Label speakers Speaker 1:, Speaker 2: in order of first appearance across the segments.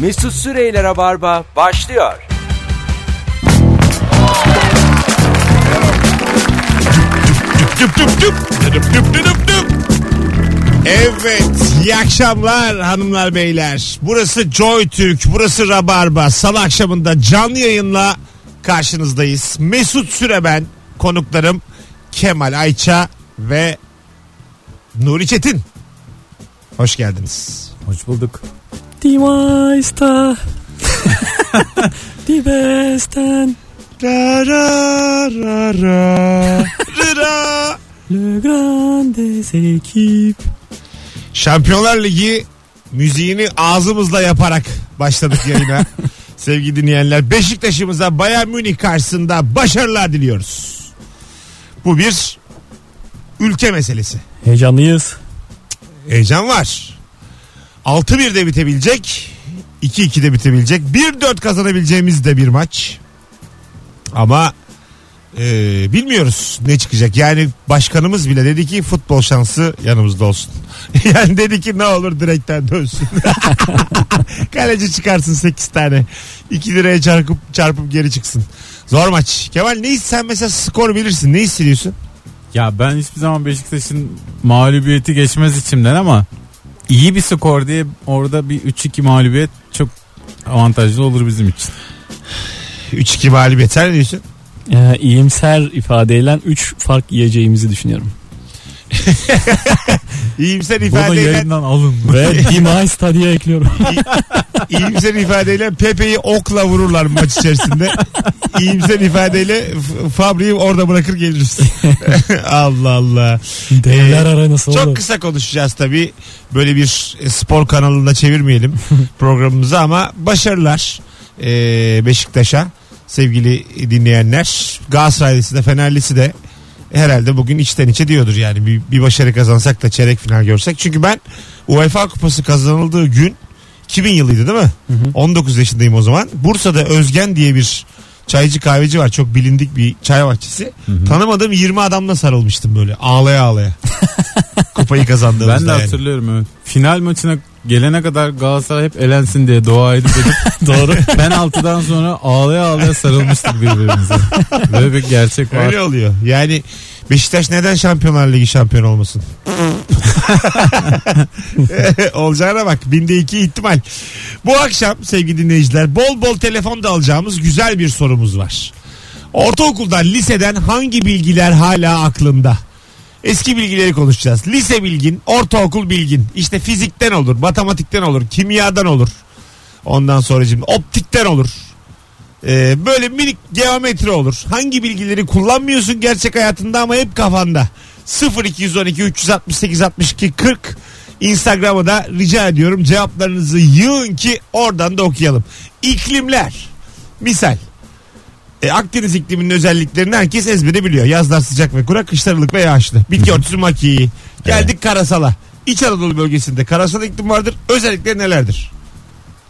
Speaker 1: Mesut Süreyler'e barba başlıyor.
Speaker 2: Düp düp düp. Düp düp düp düp düp. Evet iyi akşamlar hanımlar beyler. Burası Joy Türk, burası Rabarba. Salı akşamında canlı yayınla karşınızdayız. Mesut Süre ben, konuklarım Kemal Ayça ve Nuri Çetin. Hoş geldiniz.
Speaker 3: Hoş bulduk.
Speaker 4: Dimaista. Die Besten.
Speaker 2: Ra ra ra ra. Ra ra.
Speaker 4: Le Grandes Ekip.
Speaker 2: Şampiyonlar Ligi müziğini ağzımızla yaparak başladık yayına. Sevgili dinleyenler Beşiktaş'ımıza Bayern Münih karşısında başarılar diliyoruz. Bu bir ülke meselesi.
Speaker 4: Heyecanlıyız.
Speaker 2: Heyecan var. 6-1'de bitebilecek. 2-2'de bitebilecek. 1-4 kazanabileceğimiz de bir maç. Ama e, bilmiyoruz ne çıkacak. Yani başkanımız bile dedi ki futbol şansı yanımızda olsun. yani dedi ki ne olur direkten dönsün. Kaleci çıkarsın 8 tane. 2 liraya çarpıp, çarpıp geri çıksın. Zor maç. Kemal ne his- sen mesela skor bilirsin. Ne hissediyorsun?
Speaker 3: Ya ben hiçbir zaman Beşiktaş'ın mağlubiyeti geçmez içimden ama iyi bir skor diye orada bir 3-2 mağlubiyet çok avantajlı olur bizim için.
Speaker 2: 3-2 mağlubiyet. Sen ne diyorsun?
Speaker 4: Ee, iyimser ifadeyle 3 fark yiyeceğimizi düşünüyorum.
Speaker 2: İyimser
Speaker 3: Bunu
Speaker 2: ifadeyle
Speaker 3: yayından alın.
Speaker 4: Ve Dimaista diye ekliyorum.
Speaker 2: İyimser ifadeyle Pepe'yi okla vururlar maç içerisinde. İyimser ifadeyle F- Fabri'yi orada bırakır geliriz. Allah Allah.
Speaker 3: Ee,
Speaker 4: Devler aranası
Speaker 2: Çok
Speaker 4: oğlum.
Speaker 2: kısa konuşacağız tabii. Böyle bir e, spor kanalında çevirmeyelim programımızı ama başarılar ee, Beşiktaş'a sevgili dinleyenler. Galatasaraylisi de Fenerlisi de herhalde bugün içten içe diyordur yani bir, bir başarı kazansak da çeyrek final görsek. Çünkü ben UEFA kupası kazanıldığı gün 2000 yılıydı değil mi? 19 yaşındayım o zaman. Bursa'da Özgen diye bir çaycı kahveci var. Çok bilindik bir çay bahçesi. Tanımadığım 20 adamla sarılmıştım böyle ağlaya ağlaya. Kupayı kazandığımızda
Speaker 3: Ben de
Speaker 2: yani.
Speaker 3: hatırlıyorum evet. Final maçına gelene kadar Galatasaray hep elensin diye dua edip edip
Speaker 4: Doğru.
Speaker 3: penaltıdan sonra ağlaya ağlaya sarılmıştık birbirimize. Böyle bir gerçek var.
Speaker 2: Öyle oluyor. Yani Beşiktaş neden Şampiyonlar Ligi şampiyon olmasın? Olacağına bak. Binde iki ihtimal. Bu akşam sevgili dinleyiciler bol bol telefon da alacağımız güzel bir sorumuz var. Ortaokuldan, liseden hangi bilgiler hala aklında? Eski bilgileri konuşacağız. Lise bilgin, ortaokul bilgin. İşte fizikten olur, matematikten olur, kimyadan olur. Ondan sonra şimdi optikten olur. Ee, böyle minik geometri olur. Hangi bilgileri kullanmıyorsun gerçek hayatında ama hep kafanda. 0212 368 62 40 Instagram'a da rica ediyorum cevaplarınızı yığın ki oradan da okuyalım. İklimler. Misal. E, Akdeniz ikliminin özelliklerini herkes ezbere biliyor. Yazlar sıcak ve kurak, kışlar ılık ve yağışlı. Bitki örtüsü makiyi. Geldik karasala. İç Anadolu bölgesinde karasal iklim vardır. Özellikleri nelerdir?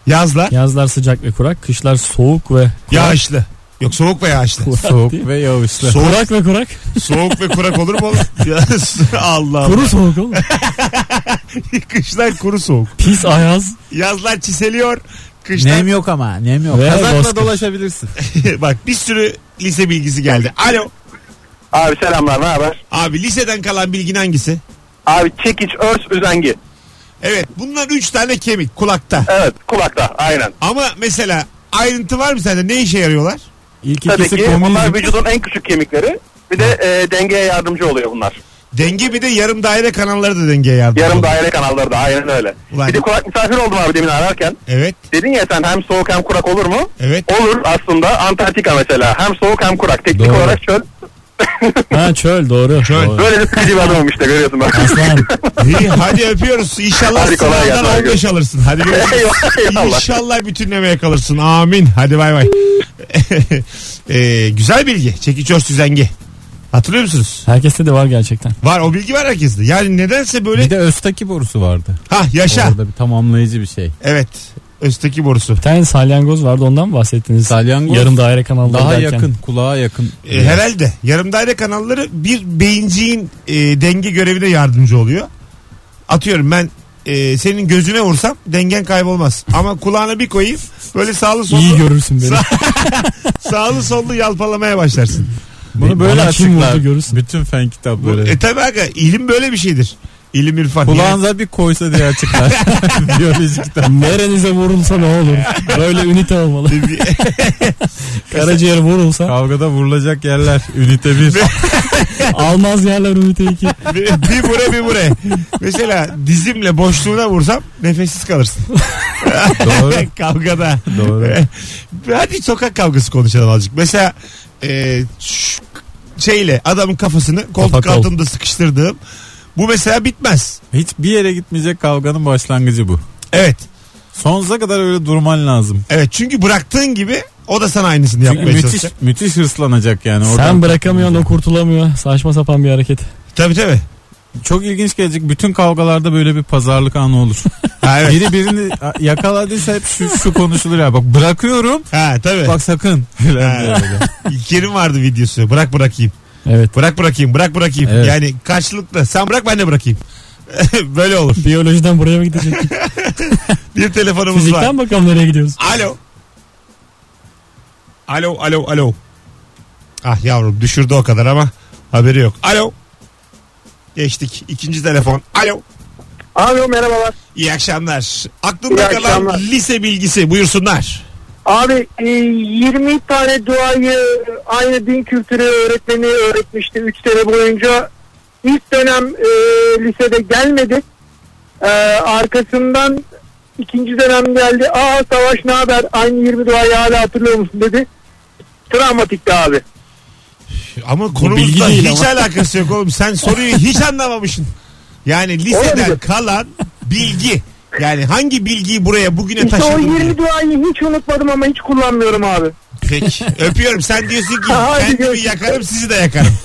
Speaker 2: Yazlar
Speaker 4: Yazlar sıcak ve kurak, kışlar soğuk ve kurak.
Speaker 2: yağışlı. Yok soğuk ve yağışlı.
Speaker 4: Kurak
Speaker 3: Soğuk
Speaker 4: değil mi?
Speaker 3: ve yağışlı.
Speaker 2: Soğuk,
Speaker 4: Kurak ve kurak.
Speaker 2: soğuk ve kurak olur mu oğlum? Ya, Allah Allah.
Speaker 4: Kuru soğuk oğlum.
Speaker 2: Kışlar kuru soğuk.
Speaker 4: Pis ayaz.
Speaker 2: Yazlar çiseliyor. Kışlar...
Speaker 3: Nem yok ama nem yok.
Speaker 4: Ve
Speaker 3: Kazakla
Speaker 4: bozkır.
Speaker 3: dolaşabilirsin.
Speaker 2: Bak bir sürü lise bilgisi geldi. Alo.
Speaker 5: Abi selamlar ne haber?
Speaker 2: Abi liseden kalan bilgin hangisi?
Speaker 5: Abi çekiç, örs, üzengi.
Speaker 2: Evet bunlar 3 tane kemik kulakta.
Speaker 5: Evet kulakta aynen.
Speaker 2: Ama mesela ayrıntı var mı sende? Ne işe yarıyorlar?
Speaker 3: İlk
Speaker 5: Tabii
Speaker 3: ikisi
Speaker 5: ki bunlar
Speaker 3: komünizm.
Speaker 5: vücudun en küçük kemikleri. Bir de e, dengeye yardımcı oluyor bunlar.
Speaker 2: Denge bir de yarım daire kanalları da dengeye yardım.
Speaker 5: Yarım daire kanalları da aynen öyle.
Speaker 2: Ulan.
Speaker 5: Bir de kulak misafir oldum abi demin ararken.
Speaker 2: Evet.
Speaker 5: Dedin ya sen hem soğuk hem kurak olur mu?
Speaker 2: Evet.
Speaker 5: Olur aslında Antarktika mesela. Hem soğuk hem kurak. Teknik
Speaker 4: Doğru.
Speaker 5: olarak çöl.
Speaker 4: Ha çöl doğru.
Speaker 2: Çöl.
Speaker 4: Doğru.
Speaker 5: Böyle de sıkıcı bir adamım işte görüyorsun bak.
Speaker 4: Aslan.
Speaker 2: İyi, hadi öpüyoruz. İnşallah
Speaker 5: Hadi kolay gelsin,
Speaker 2: sınavdan
Speaker 5: hadi
Speaker 2: 15 alırsın. Hadi görüşürüz.
Speaker 5: Eyvallah, eyvallah.
Speaker 2: İnşallah bütünlemeye kalırsın. Amin. Hadi bay bay. Ee, güzel bilgi. Çekiç örs düzengi. Hatırlıyor musunuz?
Speaker 4: Herkeste de var gerçekten.
Speaker 2: Var o bilgi var herkeste. Yani nedense böyle
Speaker 3: Bir de Öztaki borusu vardı.
Speaker 2: ha yaşa.
Speaker 3: Orada bir tamamlayıcı bir şey.
Speaker 2: Evet. Östeki borusu.
Speaker 4: Bir tane salyangoz vardı ondan mı bahsettiniz?
Speaker 3: Salyangoz
Speaker 4: Yarım daire kanalları
Speaker 3: daha
Speaker 4: derken.
Speaker 3: yakın, kulağa yakın.
Speaker 2: Ee, herhalde yarım daire kanalları bir beyinciğin e, denge görevine yardımcı oluyor. Atıyorum ben e, senin gözüne vursam dengen kaybolmaz. Ama kulağına bir koyayım böyle sağlı sollu
Speaker 4: İyi görürsün beni.
Speaker 2: Sa- sağlı sollu yalpalamaya başlarsın.
Speaker 3: Bunu böyle
Speaker 4: Bana kim
Speaker 3: açıklar.
Speaker 4: vurdu görürsün.
Speaker 3: Bütün fen
Speaker 2: Bu,
Speaker 3: kitapları.
Speaker 2: e tabi aga ilim böyle bir şeydir. İlim irfan. Yani
Speaker 3: Kulağınıza bir koysa diye açıklar. Biyoloji kitap.
Speaker 4: Nerenize vurulsa ne olur. Böyle ünite olmalı. Karaciğer vurulsa
Speaker 3: Kavgada vurulacak yerler. Ünite bir.
Speaker 4: almaz yerler ünite 2.
Speaker 2: bir, bir bure bir bure. Mesela dizimle boşluğuna vursam nefessiz kalırsın.
Speaker 3: Doğru.
Speaker 2: Kavgada.
Speaker 3: Doğru.
Speaker 2: Hadi sokak kavgası konuşalım azıcık. Mesela e, şu şeyle adamın kafasını koltuk
Speaker 4: Kafa kol.
Speaker 2: altında sıkıştırdığım bu mesela bitmez.
Speaker 3: Hiçbir yere gitmeyecek kavganın başlangıcı bu.
Speaker 2: Evet.
Speaker 3: Sonsuza kadar öyle durman lazım.
Speaker 2: Evet çünkü bıraktığın gibi o da sana aynısını
Speaker 3: Çünkü
Speaker 2: yapmaya
Speaker 3: müthiş,
Speaker 2: çalışacak.
Speaker 3: müthiş hırslanacak yani.
Speaker 4: Sen bırakamıyorsun o kurtulamıyor. Saçma sapan bir hareket.
Speaker 2: Tabii tabii.
Speaker 3: Çok ilginç gelecek. Bütün kavgalarda böyle bir pazarlık anı olur.
Speaker 2: Ha, evet.
Speaker 3: Biri birini yakaladıysa hep şu, şu konuşulur ya. Bak bırakıyorum.
Speaker 2: ha tabii.
Speaker 3: Bak sakın. Falan diye böyle.
Speaker 2: İlker'in vardı videosu. Bırak bırakayım.
Speaker 4: Evet.
Speaker 2: Bırak bırakayım. Bırak bırakayım.
Speaker 3: Evet.
Speaker 2: Yani karşılıklı. Sen bırak ben de bırakayım. Böyle olur.
Speaker 4: Biyolojiden buraya mı gidecek?
Speaker 2: Bir telefonumuz var.
Speaker 4: Fizikten bakalım nereye gidiyoruz.
Speaker 2: Alo. Alo alo alo. Ah yavrum düşürdü o kadar ama haberi yok. Alo. Geçtik. İkinci telefon. Alo.
Speaker 5: Alo merhabalar.
Speaker 2: İyi akşamlar. Aklımda
Speaker 5: İyi
Speaker 2: kalan
Speaker 5: akşamlar.
Speaker 2: lise bilgisi buyursunlar.
Speaker 5: Abi e, 20 tane duayı aynı din kültürü öğretmeni öğretmişti 3 sene boyunca. İlk dönem e, lisede gelmedi. E, arkasından ikinci dönem geldi. Aa Savaş ne haber? Aynı 20 duayı hala hatırlıyor musun dedi. Travmatikti abi.
Speaker 2: Ama
Speaker 4: bilgi
Speaker 2: konumuzla
Speaker 4: değil
Speaker 2: hiç alakası yok oğlum. Sen soruyu hiç anlamamışsın. Yani liseden
Speaker 5: Olabilir.
Speaker 2: kalan bilgi. Yani hangi bilgiyi buraya bugüne
Speaker 5: İşte o
Speaker 2: taşıdın? diye.
Speaker 5: 20 duayı hiç unutmadım ama hiç kullanmıyorum abi.
Speaker 2: Peki. Öpüyorum. Sen diyorsun ki
Speaker 5: Hadi
Speaker 2: kendimi
Speaker 5: görüşürüz.
Speaker 2: yakarım sizi de yakarım.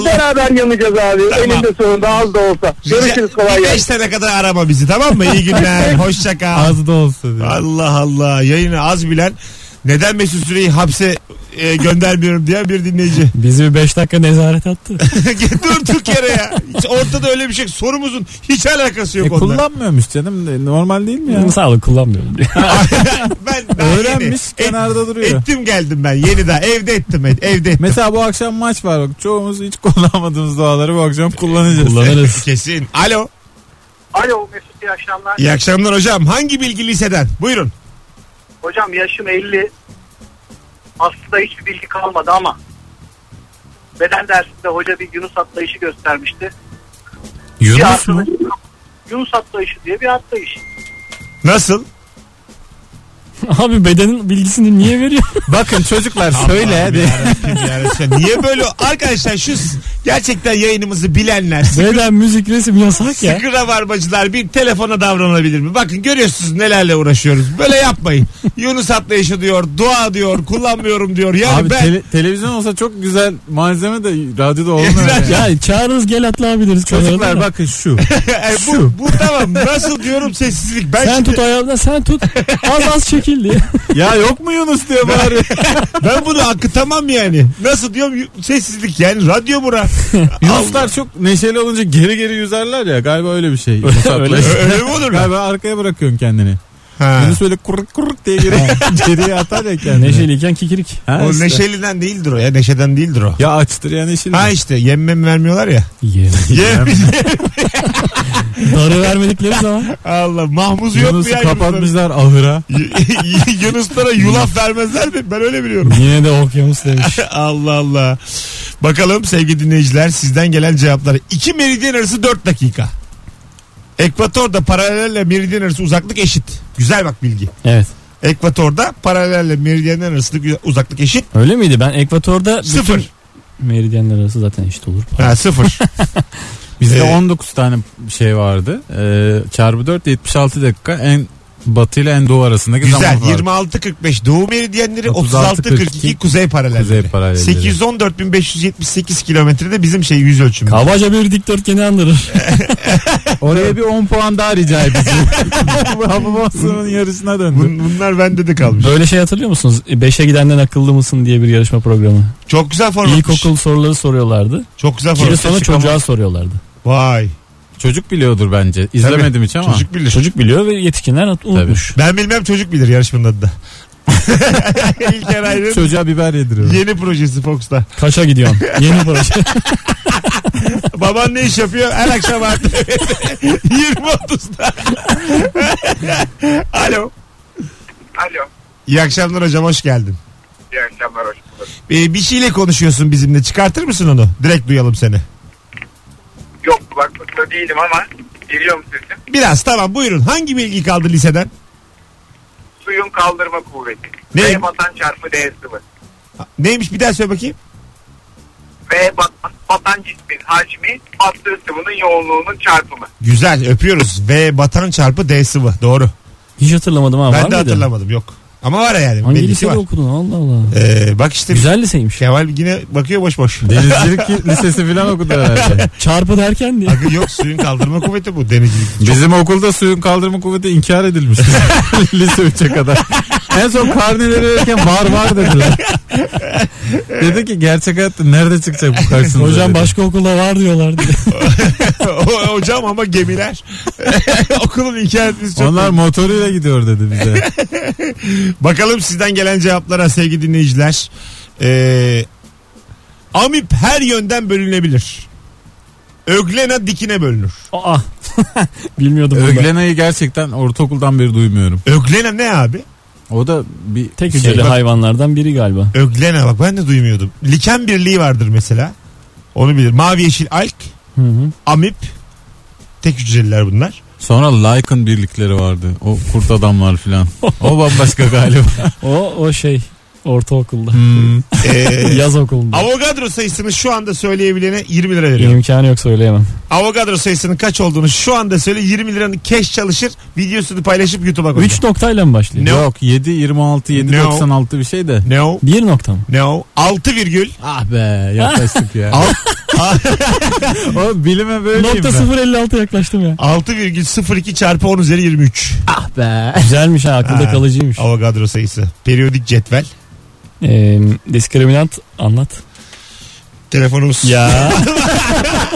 Speaker 5: E, beraber yanacağız abi.
Speaker 2: Tamam.
Speaker 5: Eninde sonunda az da olsa. Görüşürüz kolay gelsin.
Speaker 2: 5 sene kadar arama bizi tamam mı? İyi günler. Hoşça kal.
Speaker 3: Az da olsa diye.
Speaker 2: Allah Allah. Yayını az bilen neden Mesut Süreyi hapse e, göndermiyorum diye bir dinleyici.
Speaker 4: Bizi bir 5 dakika nezarete attı.
Speaker 2: Durduk yere ya. Hiç ortada öyle bir şey. yok. Sorumuzun hiç alakası yok
Speaker 3: E,
Speaker 2: onunla.
Speaker 3: kullanmıyormuş canım. de, Normal değil mi ya?
Speaker 4: Sağ olun kullanmıyorum.
Speaker 2: ben daha
Speaker 3: Öğrenmiş,
Speaker 2: yeni.
Speaker 3: kenarda duruyor.
Speaker 2: Ettim geldim ben yeni daha evde ettim et- evde ettim.
Speaker 3: Mesela bu akşam maç var. Bak, çoğumuz hiç kullanmadığımız duaları bu akşam kullanacağız.
Speaker 4: Kullanırız.
Speaker 2: Kesin. Alo.
Speaker 6: Alo Mesut iyi akşamlar.
Speaker 2: İyi akşamlar hocam. Hangi bilgi liseden? Buyurun.
Speaker 6: Hocam yaşım 50. Aslında hiçbir bilgi kalmadı ama beden dersinde hoca bir Yunus atlayışı göstermişti. Bir
Speaker 3: Yunus mu?
Speaker 6: atlayış- Yunus atlayışı diye bir atlayış.
Speaker 2: Nasıl?
Speaker 4: Abi bedenin bilgisini niye veriyor?
Speaker 3: Bakın çocuklar
Speaker 2: Allah'ım
Speaker 3: söyle.
Speaker 2: yarabbim, yarabbim. Niye böyle arkadaşlar şu s- gerçekten yayınımızı bilenler
Speaker 4: Beden, müzik, resim yasak ya.
Speaker 2: sıkıra barbacılar bir telefona davranabilir mi? Bakın görüyorsunuz nelerle uğraşıyoruz. Böyle yapmayın. Yunus atlayışı diyor, dua diyor, kullanmıyorum diyor. Yani
Speaker 3: Abi
Speaker 2: ben
Speaker 3: tele- televizyon olsa çok güzel malzeme de radyoda olmuyor.
Speaker 2: Güzel.
Speaker 3: yani.
Speaker 4: Ya çağırırız gel atlayabiliriz. kamerada
Speaker 3: Çocuklar
Speaker 4: da.
Speaker 3: bakın şu.
Speaker 2: E, bu,
Speaker 3: şu.
Speaker 2: bu tamam. Nasıl diyorum sessizlik. Ben
Speaker 4: Sen
Speaker 2: şimdi-
Speaker 4: tut ayağımdan sen tut. Az az çekil diye.
Speaker 3: Ya yok mu Yunus diye bağırıyor.
Speaker 2: Ben bunu akıtamam yani. Nasıl diyorum y- sessizlik yani radyo bura.
Speaker 3: Yunuslar çok neşeli olunca geri geri yüzerler ya. Galiba öyle bir şey. Yunus
Speaker 4: Öyle-
Speaker 3: atlayışı.
Speaker 2: Ö- Öyle mi olur mu?
Speaker 3: Galiba arkaya bırakıyorsun kendini.
Speaker 2: Ha.
Speaker 3: Yunus böyle kuruk kuruk diye geri, geriye atar ya kendini.
Speaker 4: Neşeliyken kikirik.
Speaker 3: Ha
Speaker 2: O
Speaker 3: işte.
Speaker 2: neşeliden değildir o ya neşeden değildir o.
Speaker 3: Ya açtır ya neşeli.
Speaker 2: Ha işte yemmem vermiyorlar ya. Yem.
Speaker 4: Darı vermedikleri zaman
Speaker 2: Allah mahmuz yok mu
Speaker 3: Yunus'u
Speaker 2: ya?
Speaker 3: kapatmışlar ahıra.
Speaker 2: Yunuslara? Y- Yunuslara yulaf vermezler mi? Ben öyle biliyorum.
Speaker 4: yine de okyanus demiş.
Speaker 2: Allah Allah. Bakalım sevgili dinleyiciler sizden gelen cevapları. İki meridyen arası 4 dakika. Ekvatorda paralelle meridyen arası uzaklık eşit. Güzel bak bilgi.
Speaker 4: Evet.
Speaker 2: Ekvatorda paralelle meridyenler arasındaki uzaklık eşit.
Speaker 4: Öyle miydi? Ben ekvatorda bütün
Speaker 2: Sıfır.
Speaker 4: meridyenler arası zaten eşit olur.
Speaker 2: Ha sıfır.
Speaker 3: Bizde
Speaker 2: Ee,
Speaker 3: 19 tane şey vardı. Ee, çarpı 4 76 dakika en batı ile en doğu arasındaki
Speaker 2: Güzel.
Speaker 3: zaman vardı.
Speaker 2: 26-45 doğu meridyenleri 36-42
Speaker 3: 36-42
Speaker 2: kuzey paralelleri.
Speaker 3: Kuzey paralelleri.
Speaker 2: 814.578 kilometrede bizim şey yüz ölçümü.
Speaker 4: Kabaca bir dikdörtgeni andırır.
Speaker 3: Oraya bir 10 puan daha rica edeceğim. Bu hava basının yarısına döndü.
Speaker 2: Bun- bunlar bende de kalmış.
Speaker 4: Böyle şey hatırlıyor musunuz? 5'e gidenden akıllı mısın diye bir yarışma programı.
Speaker 2: Çok güzel formatmış.
Speaker 4: İlkokul soruları soruyorlardı.
Speaker 2: Çok güzel
Speaker 4: Geri
Speaker 2: format.
Speaker 4: sonra çocuğa soruyorlardı.
Speaker 2: Vay.
Speaker 3: Çocuk biliyordur bence. İzlemedim hiç ama.
Speaker 2: Çocuk bilir.
Speaker 4: Çocuk biliyor ve yetişkinler at- unutmuş.
Speaker 2: Ben bilmem çocuk bilir yarışmanın adı da. İlker Ayrın
Speaker 3: Çocuğa biber yediriyor.
Speaker 2: yeni projesi Fox'ta.
Speaker 4: Kaşa gidiyorsun. Yeni proje.
Speaker 2: Baban ne iş yapıyor? Her akşam artı 20.30'da. Alo.
Speaker 6: Alo.
Speaker 2: İyi akşamlar hocam hoş geldin.
Speaker 6: İyi akşamlar hoş bulduk.
Speaker 2: Ee, bir şeyle konuşuyorsun bizimle. Çıkartır mısın onu? Direkt duyalım seni.
Speaker 6: Yok kulaklıkta değilim ama geliyor mu sesim?
Speaker 2: Biraz tamam buyurun. Hangi bilgi kaldı liseden?
Speaker 6: Suyun kaldırma kuvveti.
Speaker 2: Ne?
Speaker 6: V batan çarpı D sıvı.
Speaker 2: Neymiş bir daha söyle bakayım.
Speaker 6: V batan, batan cismin hacmi attığı sıvının yoğunluğunun çarpımı.
Speaker 2: Güzel öpüyoruz. V batan çarpı D sıvı. Doğru.
Speaker 4: Hiç hatırlamadım ha.
Speaker 2: ben de
Speaker 4: var mıydı?
Speaker 2: hatırlamadım yok. Ama var yani.
Speaker 4: Hangi
Speaker 2: belli ki
Speaker 4: lisede
Speaker 2: var.
Speaker 4: okudun Allah Allah.
Speaker 2: Ee, bak işte
Speaker 4: Güzel liseymiş.
Speaker 2: Kemal yine bakıyor boş boş.
Speaker 3: Denizcilik lisesi falan okudu herhalde.
Speaker 4: Çarpı derken diye.
Speaker 2: Akıl yok suyun kaldırma kuvveti bu denizcilik.
Speaker 3: Bizim okulda suyun kaldırma kuvveti inkar edilmiş. Lise 3'e kadar. En son karneleri verirken var var dediler. Dedi ki gerçek hayatta nerede çıkacak bu karşınıza?
Speaker 4: Hocam
Speaker 3: dedi.
Speaker 4: başka okulda var diyorlar diye.
Speaker 2: O- Hocam ama gemiler. Okulun hikayesi çok.
Speaker 3: Onlar motoruyla gidiyor dedi bize.
Speaker 2: Bakalım sizden gelen cevaplara sevgili dinleyiciler. Ee, amip her yönden bölünebilir. Öglena dikine bölünür.
Speaker 4: Aa. Bilmiyordum bunu. da.
Speaker 3: Öglena'yı gerçekten ortaokuldan beri duymuyorum.
Speaker 2: Öglena ne abi?
Speaker 3: O da bir şey.
Speaker 4: Tek hücreli
Speaker 3: Bak,
Speaker 4: hayvanlardan biri galiba.
Speaker 2: Öglena bak ben de duymuyordum. Liken birliği vardır mesela. Onu bilir. Mavi yeşil alk,
Speaker 4: Hı hı.
Speaker 2: amip. Tek hücreliler bunlar.
Speaker 3: Sonra Lycan birlikleri vardı. O kurt adamlar filan. O bambaşka galiba.
Speaker 4: O o şey ortaokulda.
Speaker 3: Hmm.
Speaker 2: Ee,
Speaker 4: Yaz okulunda.
Speaker 2: Avogadro sayısını şu anda söyleyebilene 20 lira veriyorum.
Speaker 4: İmkanı yok söyleyemem.
Speaker 2: Avogadro sayısının kaç olduğunu şu anda söyle 20 liranın keş çalışır videosunu paylaşıp YouTube'a koy.
Speaker 4: 3 noktayla mı başlıyor?
Speaker 2: Ne o?
Speaker 3: Yok 7 26 7
Speaker 2: No.
Speaker 3: 96 bir şey de.
Speaker 2: No.
Speaker 4: Bir nokta mı?
Speaker 2: No. 6 virgül.
Speaker 3: Ah be yaklaştık ya.
Speaker 2: Al-
Speaker 3: o bilime böyleyim
Speaker 4: Nokta
Speaker 3: ben.
Speaker 4: 0.56 yaklaştım ya.
Speaker 2: 6,02 çarpı 10 üzeri 23.
Speaker 3: Ah be.
Speaker 4: Güzelmiş ha aklında
Speaker 2: Ha.
Speaker 4: kalıcıymış.
Speaker 2: Avogadro sayısı. Periyodik cetvel.
Speaker 4: Ee, diskriminant anlat.
Speaker 2: Telefonumuz.
Speaker 4: Ya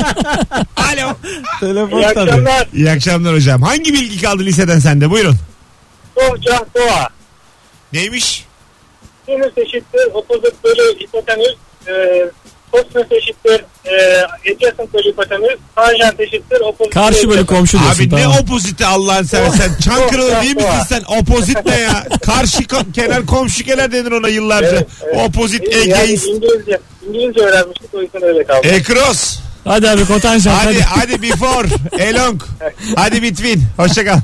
Speaker 2: Alo.
Speaker 5: İyi
Speaker 3: Telefon tabii.
Speaker 5: akşamlar.
Speaker 2: İyi akşamlar hocam. Hangi bilgi kaldı liseden sende? Buyurun.
Speaker 5: Doğa, doğa.
Speaker 2: Neymiş?
Speaker 5: Sinüs eşittir opposite bölü hipotenüs. E, Kosinüs eşittir e, adjacent bölü hipotenüs. Tanjant eşittir opposite
Speaker 4: karşı böyle komşu diyorsun.
Speaker 2: Abi
Speaker 4: tamam.
Speaker 2: ne opoziti Allah'ın seversen. Çankırılı değil misin sen? Opozit ne ya? Karşı ko- kenar komşu kenar denir ona yıllarca.
Speaker 5: Evet, evet.
Speaker 2: Opozit
Speaker 5: Yani
Speaker 2: egeist.
Speaker 5: İngilizce, İngilizce öğrenmiştik o yüzden öyle kaldı.
Speaker 2: Ekros.
Speaker 4: Hadi abi kotanjant hadi.
Speaker 2: Hadi hadi before elong. Hadi between. Hoşça kal.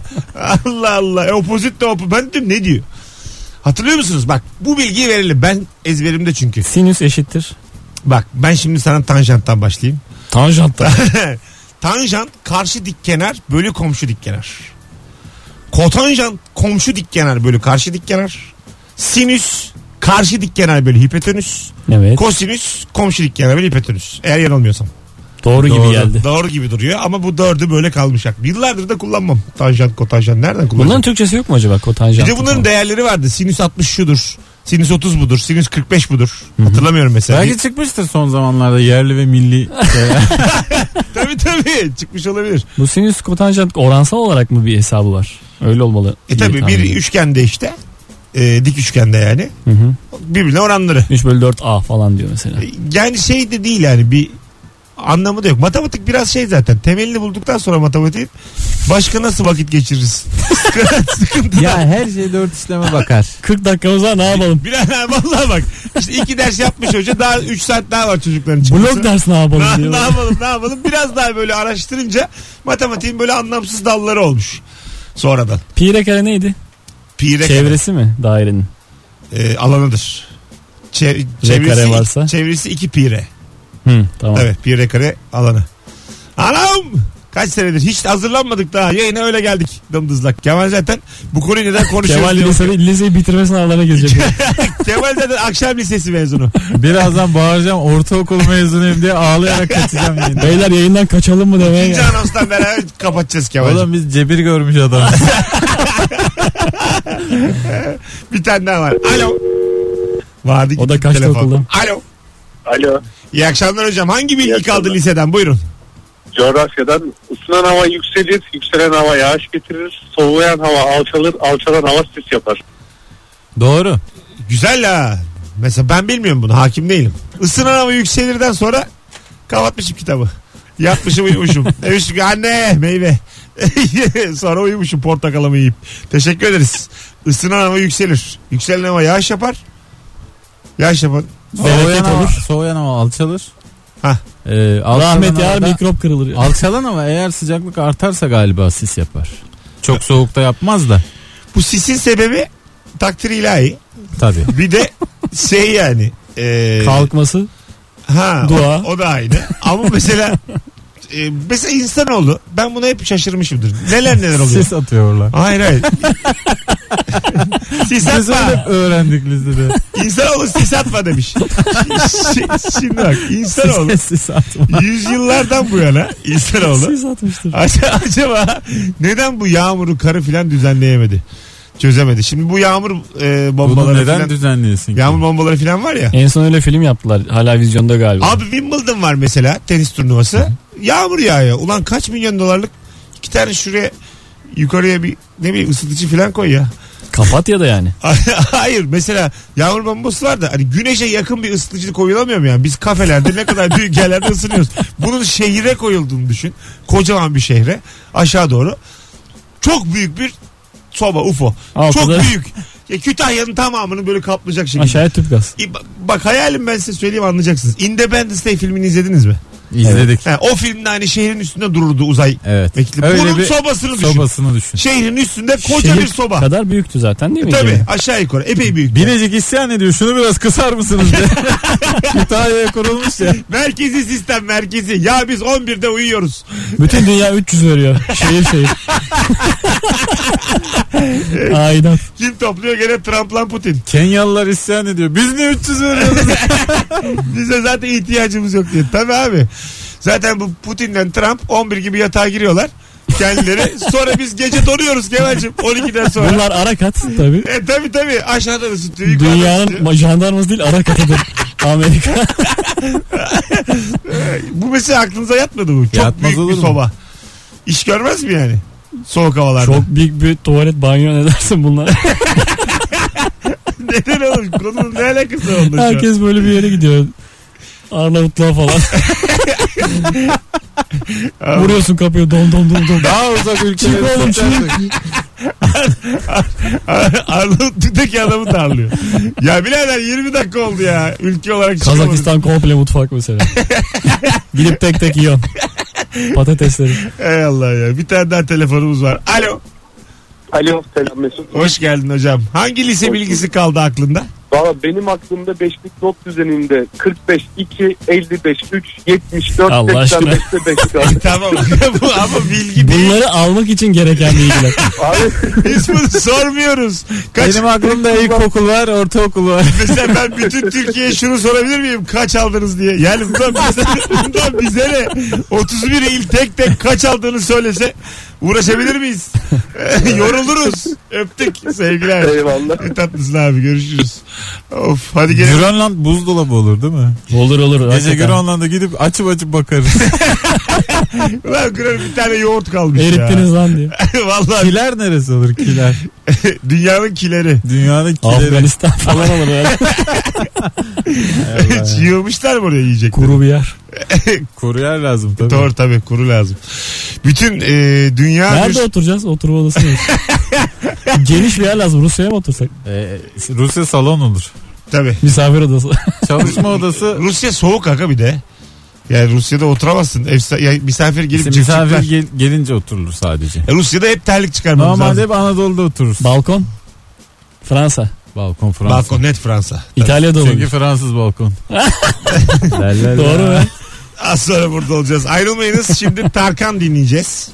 Speaker 2: Allah Allah. E, opposite de oppo. Ben dedim ne diyor? Hatırlıyor musunuz? Bak bu bilgiyi verelim. Ben ezberimde çünkü.
Speaker 4: Sinüs eşittir.
Speaker 2: Bak ben şimdi sana tanjanttan başlayayım.
Speaker 4: Tanjant da.
Speaker 2: Tanjant karşı dik kenar bölü komşu dik kenar. Kotanjant komşu dik kenar bölü karşı dik kenar. Sinüs karşı dik kenar bölü hipotenüs.
Speaker 4: Evet.
Speaker 2: Kosinüs komşu dik kenar bölü hipotenüs. Eğer yanılmıyorsam.
Speaker 4: Doğru, gibi
Speaker 3: Doğru.
Speaker 4: geldi.
Speaker 2: Doğru gibi duruyor ama bu dördü böyle kalmış. hak. Yıllardır da kullanmam. Tanjant, kotanjant nereden kullanacağım?
Speaker 4: Bunların Türkçesi yok mu acaba
Speaker 2: bir
Speaker 4: kotanjant?
Speaker 2: de bunların değerleri vardı. Sinüs 60 şudur. Sinüs 30 budur. Sinüs 45 budur. Hatırlamıyorum mesela.
Speaker 3: Belki
Speaker 2: Bir-
Speaker 3: çıkmıştır son zamanlarda yerli ve milli. şeyler.
Speaker 2: tabii tabii çıkmış olabilir.
Speaker 4: Bu sinüs kotanjant oransal olarak mı bir hesabı var? Öyle olmalı.
Speaker 2: E
Speaker 4: diye
Speaker 2: tabii
Speaker 4: tahmin
Speaker 2: bir
Speaker 4: ediyorum.
Speaker 2: üçgende işte. E, dik üçgende yani.
Speaker 4: Hı hı.
Speaker 2: Birbirine oranları.
Speaker 4: 3 bölü 4 A falan diyor mesela.
Speaker 2: E, Yani şey de değil yani bir anlamı da yok. Matematik biraz şey zaten. Temelini bulduktan sonra matematiğin başka nasıl vakit geçiririz? Sıkıntı
Speaker 3: ya her şey dört işleme bakar.
Speaker 4: 40 dakikamız var ne yapalım?
Speaker 2: Bilal ha, vallahi bak işte iki ders yapmış hoca daha üç saat daha var çocukların çıkması.
Speaker 4: Blok ders ne yapalım
Speaker 2: ne,
Speaker 4: diyor.
Speaker 2: ne yapalım ne yapalım biraz daha böyle araştırınca matematiğin böyle anlamsız dalları olmuş sonradan.
Speaker 4: Pi re kare neydi?
Speaker 2: Pi re
Speaker 4: Çevresi mi dairenin?
Speaker 2: kare, e, alanıdır. Çe-
Speaker 4: kare
Speaker 2: çevresi,
Speaker 4: varsa?
Speaker 2: çevresi iki pi re.
Speaker 4: Hı, tamam.
Speaker 2: Evet pi re kare alanı. Anam kaç senedir hiç hazırlanmadık daha yayına öyle geldik dımdızlak. Kemal zaten bu konuyu neden konuşuyoruz
Speaker 4: Kemal
Speaker 2: diye bakıyor.
Speaker 4: liseyi, liseyi bitirme sınavlarına girecek.
Speaker 2: Kemal zaten akşam lisesi mezunu.
Speaker 3: Birazdan bağıracağım ortaokul mezunuyum diye ağlayarak kaçacağım yine.
Speaker 4: Beyler yayından kaçalım mı demeye
Speaker 2: İkinci
Speaker 4: gel-
Speaker 2: anonstan beraber kapatacağız Kemal'cim.
Speaker 3: Oğlum biz cebir görmüş adam.
Speaker 2: Bir tane daha var. Alo. Vardı
Speaker 4: O da
Speaker 2: gitti
Speaker 4: kaçtı
Speaker 2: telefon.
Speaker 4: okulda.
Speaker 2: Alo.
Speaker 6: Alo.
Speaker 2: İyi akşamlar hocam. Hangi bilgi
Speaker 6: akşamlar.
Speaker 2: kaldı liseden? Buyurun.
Speaker 7: coğrafyadan ısınan hava yükselir, yükselen hava yağış getirir, soğuyan hava alçalır, alçalan hava sis yapar.
Speaker 3: Doğru.
Speaker 2: Güzel ha. Mesela ben bilmiyorum bunu. Hakim değilim. Isınan hava yükselirden sonra kapatmışım kitabı. Yatmışım uyumuşum. Demişim ki anne meyve. sonra uyumuşum portakalımı yiyip. Teşekkür ederiz. Isınan hava yükselir. Yükselen hava yağış yapar. Yağış yapar.
Speaker 3: Soğuyan hava, soğuyan hava alçalır.
Speaker 2: Hah.
Speaker 3: Ee, alçalan
Speaker 4: Rahmet
Speaker 3: hava
Speaker 4: yağar
Speaker 3: da-
Speaker 4: mikrop kırılır. ya.
Speaker 3: Alçalan hava eğer sıcaklık artarsa galiba sis yapar. Çok soğukta yapmaz da.
Speaker 2: Bu sisin sebebi takdir ilahi.
Speaker 3: Tabii.
Speaker 2: Bir de şey yani. e,
Speaker 4: Kalkması.
Speaker 2: Ha, o-
Speaker 4: Dua.
Speaker 2: O, da aynı. Ama mesela e, mesela insanoğlu ben buna hep şaşırmışımdır. Neler neler oluyor.
Speaker 3: Sis atıyorlar.
Speaker 2: Hayır hayır. sis
Speaker 3: Biz öyle
Speaker 2: atma.
Speaker 3: öğrendik lisede.
Speaker 2: İnsanoğlu sis atma demiş. Şi- Şimdi bak insanoğlu
Speaker 3: Sis, sis atma.
Speaker 2: yüzyıllardan bu yana insanoğlu
Speaker 4: Siz atmıştır.
Speaker 2: Ac- acaba neden bu yağmuru karı filan düzenleyemedi? Çözemedi. Şimdi bu yağmur e,
Speaker 3: Bunu
Speaker 2: bombaları
Speaker 3: neden
Speaker 2: filan
Speaker 3: düzenliyorsun ki?
Speaker 2: yağmur bombaları filan var ya.
Speaker 4: En son öyle film yaptılar. Hala vizyonda galiba.
Speaker 2: Abi Wimbledon var mesela tenis turnuvası. Yağmur yağıyor. Ulan kaç milyon dolarlık iki tane şuraya yukarıya bir ne bileyim ısıtıcı filan koy ya.
Speaker 4: Kapat ya da yani.
Speaker 2: Hayır mesela yağmur bombası var da hani güneşe yakın bir ısıtıcı koyulamıyor mu yani? Biz kafelerde ne kadar büyük yerlerde ısınıyoruz. Bunun şehire koyulduğunu düşün. Kocaman bir şehre aşağı doğru. Çok büyük bir soba UFO.
Speaker 4: Altıda-
Speaker 2: Çok büyük. Ya Kütahya'nın tamamını böyle kaplayacak şekilde.
Speaker 4: Aşağıya tüp gaz.
Speaker 2: İ- bak- Bak hayalim ben size söyleyeyim anlayacaksınız. Independence Day filmini izlediniz mi?
Speaker 3: İzledik.
Speaker 2: Ha, o filmde hani şehrin üstünde dururdu uzay
Speaker 3: Evet.
Speaker 2: vekili.
Speaker 3: Öyle
Speaker 2: Bunun
Speaker 3: bir
Speaker 2: sobasını düşün.
Speaker 3: sobasını düşün.
Speaker 2: Şehrin üstünde koca
Speaker 4: Şehir
Speaker 2: bir soba. E,
Speaker 4: kadar büyüktü zaten değil mi?
Speaker 2: Tabii
Speaker 4: gemi?
Speaker 2: aşağı yukarı epey büyük.
Speaker 3: Binecik isyan ediyor. Şunu biraz kısar mısınız diye. Kütahya'ya kurulmuş ya.
Speaker 2: Merkezi sistem merkezi. Ya biz 11'de uyuyoruz.
Speaker 4: Bütün dünya 300 veriyor. Şehir şehir. Aynen.
Speaker 2: Kim topluyor gene Trump'la Putin.
Speaker 3: Kenyalılar isyan ediyor. Biz niye 300 veriyoruz?
Speaker 2: Bize zaten ihtiyacımız yok diye. Tabii abi. Zaten bu Putin'den Trump 11 gibi yatağa giriyorlar kendileri. Sonra biz gece donuyoruz Kemal'cim 12'den sonra.
Speaker 4: Bunlar Arakat tabii.
Speaker 2: E tabi tabi aşağıdan ısıtıyor yukarıdan
Speaker 4: Dünyanın
Speaker 2: ısıtıyor.
Speaker 4: ma- jandarması değil Arakat'ıdır. Amerika.
Speaker 2: Bu mesela aklınıza yatmadı bu. Çok
Speaker 3: Yatmaz
Speaker 2: büyük
Speaker 3: olur
Speaker 2: bir
Speaker 3: mu?
Speaker 2: soba. İş görmez mi yani? Soğuk havalarda.
Speaker 4: Çok büyük bir tuvalet banyo ne dersin bunlar.
Speaker 2: Neden oğlum? Konunun ne alakası var onunla şu an?
Speaker 4: Herkes böyle bir yere gidiyor. Arnavutluğa falan. Vuruyorsun kapıyı dom dom dom dom.
Speaker 3: Daha uzak ülkelere
Speaker 4: Çık oğlum,
Speaker 3: satardık.
Speaker 2: Ar- Arnavutluk'taki adamı darlıyor. ya birader 20 dakika oldu ya. Ülke olarak çıkamadık.
Speaker 4: Kazakistan komple mutfak mesela. Gidip tek tek yiyorsun. Patatesleri.
Speaker 2: Ey Allah ya. Bir tane daha telefonumuz var. Alo.
Speaker 7: Alo selam Mesut.
Speaker 2: Hoş geldin hocam. Hangi lise
Speaker 7: Hoş
Speaker 2: bilgisi kaldı aklında?
Speaker 7: Valla benim aklımda beşlik not düzeninde 45, 2, 55, 3, 74,
Speaker 4: Allah aşkına.
Speaker 7: 85'te 5 kaldı.
Speaker 2: tamam. Bu ama bilgi değil.
Speaker 4: Bunları almak için gereken bilgiler.
Speaker 7: Abi
Speaker 2: Biz bunu sormuyoruz. Kaç
Speaker 3: Benim aklımda ilkokul var, ortaokul var.
Speaker 2: Mesela ben bütün Türkiye'ye şunu sorabilir miyim? Kaç aldınız diye. Yani bundan bize, bundan bize ne? 31 il tek tek kaç aldığını söylese uğraşabilir miyiz? Yoruluruz. Öptük sevgiler.
Speaker 7: eyvallah.
Speaker 2: Ne tatlısın abi görüşürüz. Of hadi gel.
Speaker 3: Grönland buzdolabı olur değil mi?
Speaker 4: Olur olur.
Speaker 3: Gece
Speaker 4: hakikaten.
Speaker 3: Grönland'a gidip açıp açıp bakarız.
Speaker 2: Ulan Kral bir tane yoğurt kalmış
Speaker 4: Erittiniz lan diye.
Speaker 2: ya. Vallahi
Speaker 3: kiler neresi olur kiler?
Speaker 2: dünyanın kileri.
Speaker 3: Dünyanın kileri.
Speaker 4: Afganistan falan olur yani.
Speaker 2: Yığılmışlar buraya yiyecek.
Speaker 4: Kuru bir yer.
Speaker 3: Koruyer lazım tabii.
Speaker 2: Doğru tabii kuru lazım. Bütün e, dünya bir-
Speaker 4: Nerede oturacağız? Oturma odası mı? Geniş bir yer lazım. Rusya'ya mı otursak?
Speaker 3: Ee, Rusya salon olur.
Speaker 2: tabii.
Speaker 4: Misafir odası.
Speaker 3: Çalışma odası
Speaker 2: Rusya soğuk aga bir de. Yani Rusya'da oturamazsın. Ev- ya misafir gelip
Speaker 3: İşte
Speaker 2: cıvcıklar.
Speaker 3: misafir gel- gelince oturulur sadece.
Speaker 2: E, Rusya'da hep terlik çıkarmamız
Speaker 3: Normalde
Speaker 2: lazım.
Speaker 3: hep Anadolu'da otururuz.
Speaker 4: Balkon. Fransa.
Speaker 3: balkon Fransa.
Speaker 2: Balkon net Fransa.
Speaker 4: İtalya'da
Speaker 3: Çünkü
Speaker 4: olur.
Speaker 3: Fransız balkon.
Speaker 4: Doğru mu?
Speaker 2: Az sonra burada olacağız. Ayrılmayınız. Şimdi Tarkan dinleyeceğiz.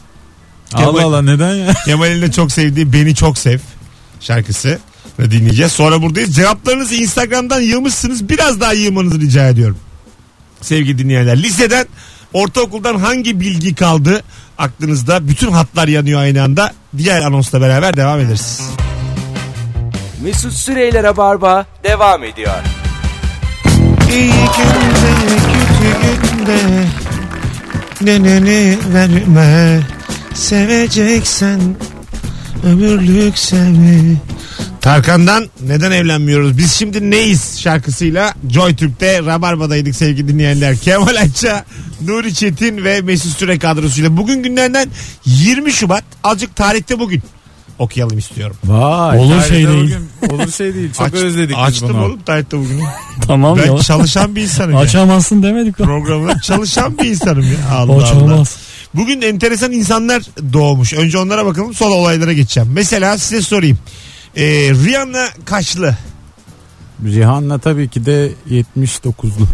Speaker 3: Allah Allah neden ya?
Speaker 2: Kemal'in de çok sevdiği Beni Çok Sev şarkısı dinleyeceğiz. Sonra buradayız. Cevaplarınızı Instagram'dan yığmışsınız. Biraz daha yığmanızı rica ediyorum. Sevgili dinleyenler. Liseden, ortaokuldan hangi bilgi kaldı aklınızda? Bütün hatlar yanıyor aynı anda. Diğer anonsla beraber devam ederiz.
Speaker 1: Mesut Süreyler'e barba devam ediyor.
Speaker 2: İyi günde, kötü günde, Neneni verme Seveceksen Ömürlük sevme Tarkan'dan neden evlenmiyoruz? Biz şimdi neyiz şarkısıyla Joy Türk'te Rabarba'daydık sevgili dinleyenler. Kemal Ayça, Nuri Çetin ve Mesut Süre kadrosuyla. Bugün günlerden 20 Şubat. Azıcık tarihte bugün okuyalım istiyorum.
Speaker 3: Vay.
Speaker 4: Olur
Speaker 3: tarihte
Speaker 4: şey değil.
Speaker 3: bugün- olur şey değil. Çok
Speaker 2: Aç-
Speaker 3: özledik biz
Speaker 2: Açtım
Speaker 3: bunu.
Speaker 2: oğlum tarihte bugün.
Speaker 4: Tamam ya.
Speaker 2: Ben çalışan bir insanım. ya.
Speaker 4: Açamazsın demedik. lan.
Speaker 2: Programı çalışan bir insanım ya. Allah
Speaker 4: O
Speaker 2: Allah.
Speaker 4: çalmaz.
Speaker 2: Bugün enteresan insanlar doğmuş. Önce onlara bakalım sonra olaylara geçeceğim. Mesela size sorayım. Ee, Rihanna kaçlı?
Speaker 3: Rihanna tabii ki de 79'lu.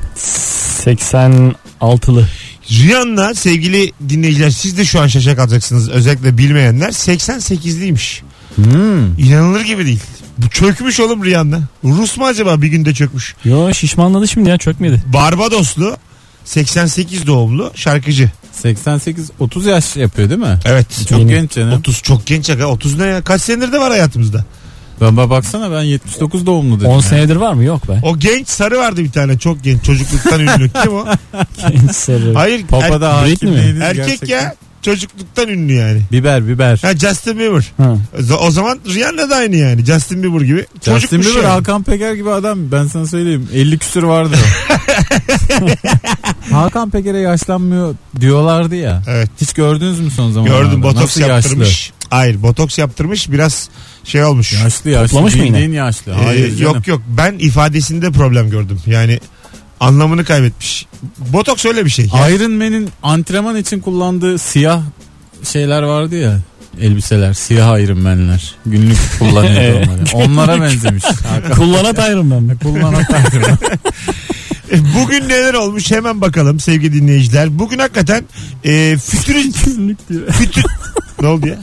Speaker 4: 86'lı.
Speaker 2: Rihanna sevgili dinleyiciler siz de şu an şaşa kalacaksınız. Özellikle bilmeyenler 88'liymiş.
Speaker 3: Hmm.
Speaker 2: İnanılır gibi değil. Bu çökmüş oğlum Rihanna. Rus mu acaba bir günde çökmüş?
Speaker 4: Yo şişmanladı şimdi ya çökmedi.
Speaker 2: Barbadoslu 88 doğumlu şarkıcı.
Speaker 3: 88 30 yaş yapıyor değil mi?
Speaker 2: Evet.
Speaker 3: Çok
Speaker 4: Yeni.
Speaker 3: genç canım.
Speaker 2: 30 çok genç aga. 30 ne ya? Kaç senedir de var hayatımızda?
Speaker 3: Ben bak baksana ben 79 doğumlu dedim.
Speaker 4: 10
Speaker 3: ya.
Speaker 4: senedir var mı? Yok be.
Speaker 2: O genç sarı vardı bir tane çok genç çocukluktan ünlü. Kim o?
Speaker 4: Sarı.
Speaker 2: Hayır
Speaker 3: Popada
Speaker 4: Er-
Speaker 3: hakim
Speaker 4: Britney mi?
Speaker 3: değiliz
Speaker 2: Erkek
Speaker 3: gerçekten.
Speaker 2: ya çocukluktan ünlü yani.
Speaker 3: Biber biber.
Speaker 2: Ha Justin Bieber.
Speaker 4: Ha.
Speaker 2: O- O zaman Rihanna da aynı yani. Justin Bieber gibi.
Speaker 3: Justin
Speaker 2: Çocukmuş
Speaker 3: Bieber
Speaker 2: yani.
Speaker 3: Hakan Peker gibi adam ben sana söyleyeyim 50 küsür vardı o. Hakan Peker'e yaşlanmıyor diyorlardı ya.
Speaker 2: Evet.
Speaker 3: Hiç gördünüz mü son zamanlarda?
Speaker 2: Gördüm botoks
Speaker 3: Nasıl
Speaker 2: yaptırmış. Hayır botoks yaptırmış biraz şey olmuş.
Speaker 3: Yaşlı yaşlı. yaşlı.
Speaker 4: Toplamış mı yine?
Speaker 3: Bildiğin yaşlı.
Speaker 2: Ee,
Speaker 3: Hayır canım.
Speaker 2: yok yok ben ifadesinde problem gördüm. Yani anlamını kaybetmiş. Botoks öyle bir şey. Ya-
Speaker 3: Iron Man'in antrenman için kullandığı siyah şeyler vardı ya elbiseler siyah Iron Man'ler günlük kullanıyordu onları. Onlara benzemiş. Hakan.
Speaker 4: Kullana tayrım ben.
Speaker 3: Kullanan Iron Man.
Speaker 2: E, Bugün neler olmuş hemen bakalım sevgili dinleyiciler. Bugün hakikaten e, fütürist...
Speaker 4: Günlük diyor.
Speaker 2: fütür... ne oldu ya?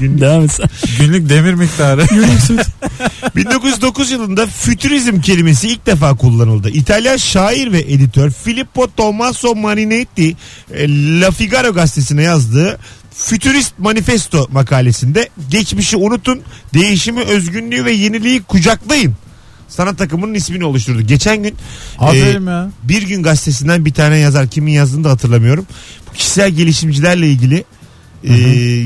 Speaker 4: Devam et sen.
Speaker 3: günlük demir miktarı.
Speaker 2: 1909 yılında fütürizm kelimesi ilk defa kullanıldı. İtalyan şair ve editör Filippo Tommaso Marinetti e, La Figaro gazetesine yazdığı Fütürist Manifesto makalesinde geçmişi unutun, değişimi, özgünlüğü ve yeniliği kucaklayın. Sanat takımının ismini oluşturdu. Geçen gün e,
Speaker 3: Aferin ya.
Speaker 2: bir gün gazetesinden bir tane yazar kimin yazdığını da hatırlamıyorum. Bu Kişisel gelişimcilerle ilgili e,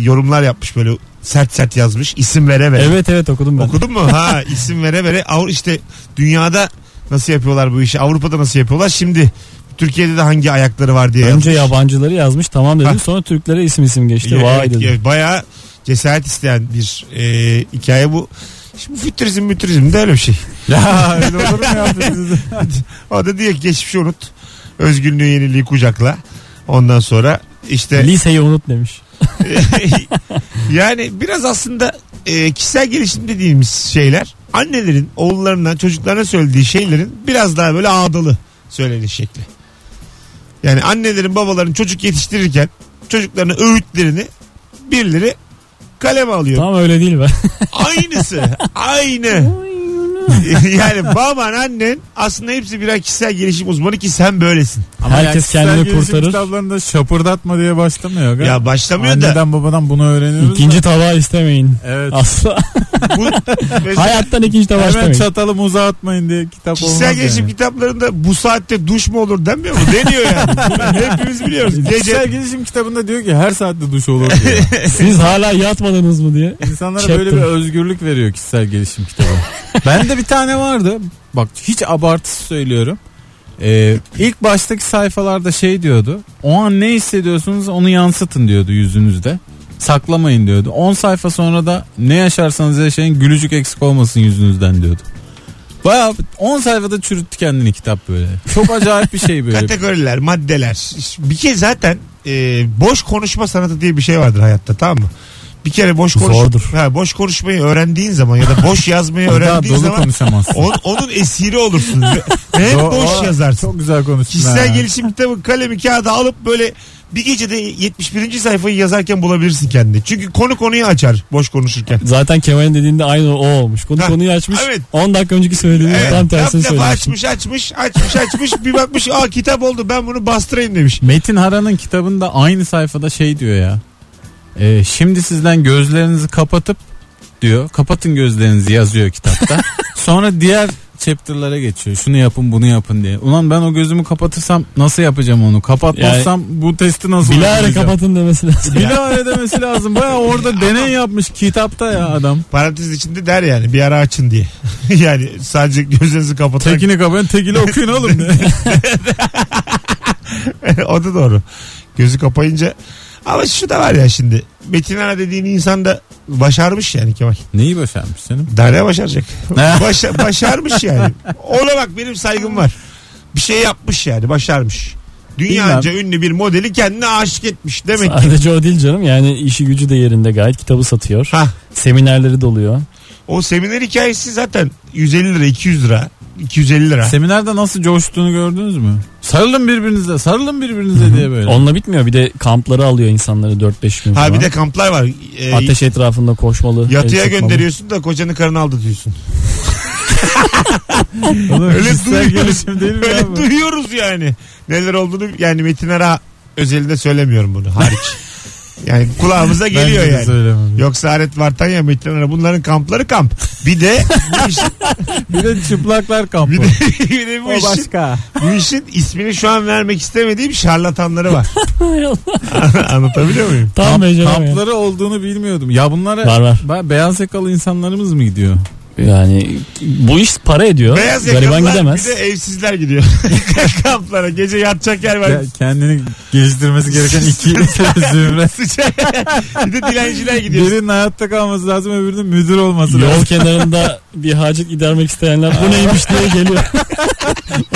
Speaker 2: yorumlar yapmış böyle sert sert yazmış isim vere vere.
Speaker 4: Evet evet okudum ben.
Speaker 2: Okudun mu? Ha isim vere vere Avru işte dünyada nasıl yapıyorlar bu işi? Avrupa'da nasıl yapıyorlar? Şimdi Türkiye'de de hangi ayakları var diye.
Speaker 4: Önce
Speaker 2: yazmış.
Speaker 4: yabancıları yazmış tamam
Speaker 2: Ha.
Speaker 4: dedim. Sonra Türklere isim isim geçti.
Speaker 2: Ya,
Speaker 4: Vay
Speaker 2: evet,
Speaker 4: dedim.
Speaker 2: ya, Bayağı cesaret isteyen bir e, hikaye bu. Şimdi fütürizm mütürizm de öyle bir şey.
Speaker 3: Ya öyle olur mu ya? Biz-
Speaker 2: O da diyor ki geçmişi unut. Özgünlüğü yeniliği kucakla. Ondan sonra işte
Speaker 4: Liseyi unut demiş.
Speaker 2: yani biraz aslında e, kişisel gelişim dediğimiz şeyler annelerin oğullarına çocuklarına söylediği şeylerin biraz daha böyle ağdalı söyleniş şekli. Yani annelerin babaların çocuk yetiştirirken çocuklarına öğütlerini birileri kaleme alıyor.
Speaker 4: Tamam öyle değil be.
Speaker 2: Aynısı. Aynı. yani baban annen aslında hepsi birer kişisel gelişim uzmanı ki sen böylesin.
Speaker 3: Ama
Speaker 4: Herkes
Speaker 3: yani kişisel
Speaker 4: kendini
Speaker 3: gelişim
Speaker 4: kurtarır.
Speaker 3: kitaplarında şapırdatma diye başlamıyor. Ya,
Speaker 2: Ya başlamıyor da
Speaker 3: Anneden babadan bunu öğreniyoruz. da.
Speaker 4: İkinci tabağı istemeyin.
Speaker 3: Evet.
Speaker 2: Ah,
Speaker 4: Asla.
Speaker 2: bu mesela-
Speaker 4: Hayattan ikinci tabağı
Speaker 3: Hemen
Speaker 4: istemeyin.
Speaker 3: çatalı muza atmayın diye kitap
Speaker 2: Kişisel
Speaker 3: olmaz
Speaker 2: gelişim
Speaker 3: yani.
Speaker 2: kitaplarında bu saatte duş mu olur denmiyor mu? Deniyor yani. Hepimiz biliyoruz.
Speaker 3: Kişisel
Speaker 2: Gece
Speaker 3: gelişim kitabında diyor ki her saatte duş olur diyor.
Speaker 4: Siz hala yatmadınız mı diye.
Speaker 3: İnsanlara
Speaker 4: Chapter.
Speaker 3: böyle bir özgürlük veriyor kişisel gelişim kitabı. Bende bir tane vardı. Bak hiç abartısı söylüyorum. Ee, ilk baştaki sayfalarda şey diyordu. O an ne hissediyorsunuz onu yansıtın diyordu yüzünüzde. Saklamayın diyordu. 10 sayfa sonra da ne yaşarsanız yaşayın gülücük eksik olmasın yüzünüzden diyordu. Bayağı 10 sayfada çürüttü kendini kitap böyle. Çok acayip bir şey böyle.
Speaker 2: kategoriler, maddeler. Bir kez zaten e, boş konuşma sanatı diye bir şey vardır hayatta tamam mı? Bir kere boş
Speaker 4: Zordur.
Speaker 2: konuşma, ha, boş konuşmayı öğrendiğin zaman ya da boş yazmayı
Speaker 3: Bir Daha
Speaker 2: öğrendiğin
Speaker 3: dolu
Speaker 2: zaman
Speaker 3: konuşamazsın.
Speaker 2: on- onun esiri olursun. Ve- Ve hep
Speaker 3: Do-
Speaker 2: boş
Speaker 3: Aa,
Speaker 2: yazarsın.
Speaker 3: Çok güzel konuştun. ha.
Speaker 2: Kişisel gelişim kitabı kalemi kağıda alıp böyle bir gecede 71. sayfayı yazarken bulabilirsin kendini. Çünkü konu konuyu açar boş konuşurken.
Speaker 4: Zaten Kemal'in dediğinde aynı o olmuş. Konu
Speaker 2: Ha,
Speaker 4: konuyu açmış.
Speaker 2: evet.
Speaker 4: 10 dakika önceki söylediğini
Speaker 2: Evet,
Speaker 4: tam tersini
Speaker 2: laf laf
Speaker 4: söylemiş.
Speaker 2: açmış açmış açmış açmış bir bakmış aa kitap oldu ben bunu bastırayım demiş.
Speaker 3: Metin Hara'nın kitabında aynı sayfada şey diyor ya. E, şimdi sizden gözlerinizi kapatıp diyor. Kapatın gözlerinizi yazıyor kitapta. Sonra diğer chapter'lara geçiyor. Şunu yapın bunu yapın diye. Ulan ben o gözümü kapatırsam nasıl yapacağım onu? Kapatmazsam bu testi nasıl
Speaker 4: Bilahare
Speaker 3: uygulayacağım?
Speaker 4: kapatın demesi lazım.
Speaker 3: Bilahare demesi lazım. Baya orada deney yapmış kitapta ya adam.
Speaker 2: Parantez içinde der yani bir ara açın diye. yani sadece gözlerinizi kapatarak.
Speaker 3: Tekini kapatın tekili okuyun oğlum. diye.
Speaker 2: o da doğru. Gözü kapayınca. Ama şu da var ya şimdi. Metin Ana dediğin insan da başarmış yani Kemal.
Speaker 3: Neyi başarmış canım?
Speaker 2: Daha ne başaracak? Başa- başarmış yani. Ona bak benim saygım var. Bir şey yapmış yani başarmış. Dünyaca ünlü bir modeli kendine aşık etmiş demek ki.
Speaker 4: Sadece o değil canım yani işi gücü de yerinde gayet kitabı satıyor.
Speaker 2: Hah.
Speaker 4: Seminerleri doluyor.
Speaker 2: O seminer hikayesi zaten 150 lira 200 lira 250 lira.
Speaker 3: Seminerde nasıl coştuğunu gördünüz mü? Sarılın birbirinize, sarılın birbirinize diye böyle.
Speaker 4: Onunla bitmiyor bir de kampları alıyor insanları 4-5 gün
Speaker 2: ha
Speaker 4: falan.
Speaker 2: bir de kamplar var. Ee,
Speaker 4: Ateş etrafında koşmalı. el
Speaker 2: yatıya
Speaker 4: sıkmalı.
Speaker 2: gönderiyorsun da kocanı karını aldatıyorsun.
Speaker 3: Oğlum,
Speaker 2: Öyle
Speaker 3: kişisel
Speaker 2: duyuyoruz.
Speaker 3: gelişim değil mi ya
Speaker 2: Böyle
Speaker 3: bu?
Speaker 2: duyuyoruz yani. Neler olduğunu yani Metin Ara özelinde söylemiyorum bunu hariç. yani kulağımıza geliyor
Speaker 3: Bence de
Speaker 2: yani.
Speaker 3: söylemem.
Speaker 2: Yoksa Aret Vartanya, Metin Ara bunların kampları kamp. Bir de bu işin,
Speaker 3: Bir de çıplaklar kampı.
Speaker 2: bir de, bir de bu,
Speaker 3: o
Speaker 2: işin,
Speaker 3: başka.
Speaker 2: bu işin ismini şu an vermek istemediğim şarlatanları var. Anlatabiliyor muyum?
Speaker 4: Tam beceremiyor.
Speaker 3: Kampları olduğunu bilmiyordum. Ya bunlara
Speaker 4: Var, var.
Speaker 3: Ba- beyaz yakalı insanlarımız mı gidiyor?
Speaker 4: Yani bu iş para ediyor.
Speaker 2: Beyaz
Speaker 4: Gariban
Speaker 2: yakalılar bir
Speaker 4: gidemez.
Speaker 2: de evsizler gidiyor. Kamplara gece yatacak yer var.
Speaker 3: Ya kendini geliştirmesi gereken iki zümre.
Speaker 2: Sıcak. bir de dilenciler gidiyor.
Speaker 3: Birinin hayatta kalması lazım öbürünün müdür olması lazım.
Speaker 4: Yol kenarında bir hacet gidermek isteyenler bu neymiş diye geliyor.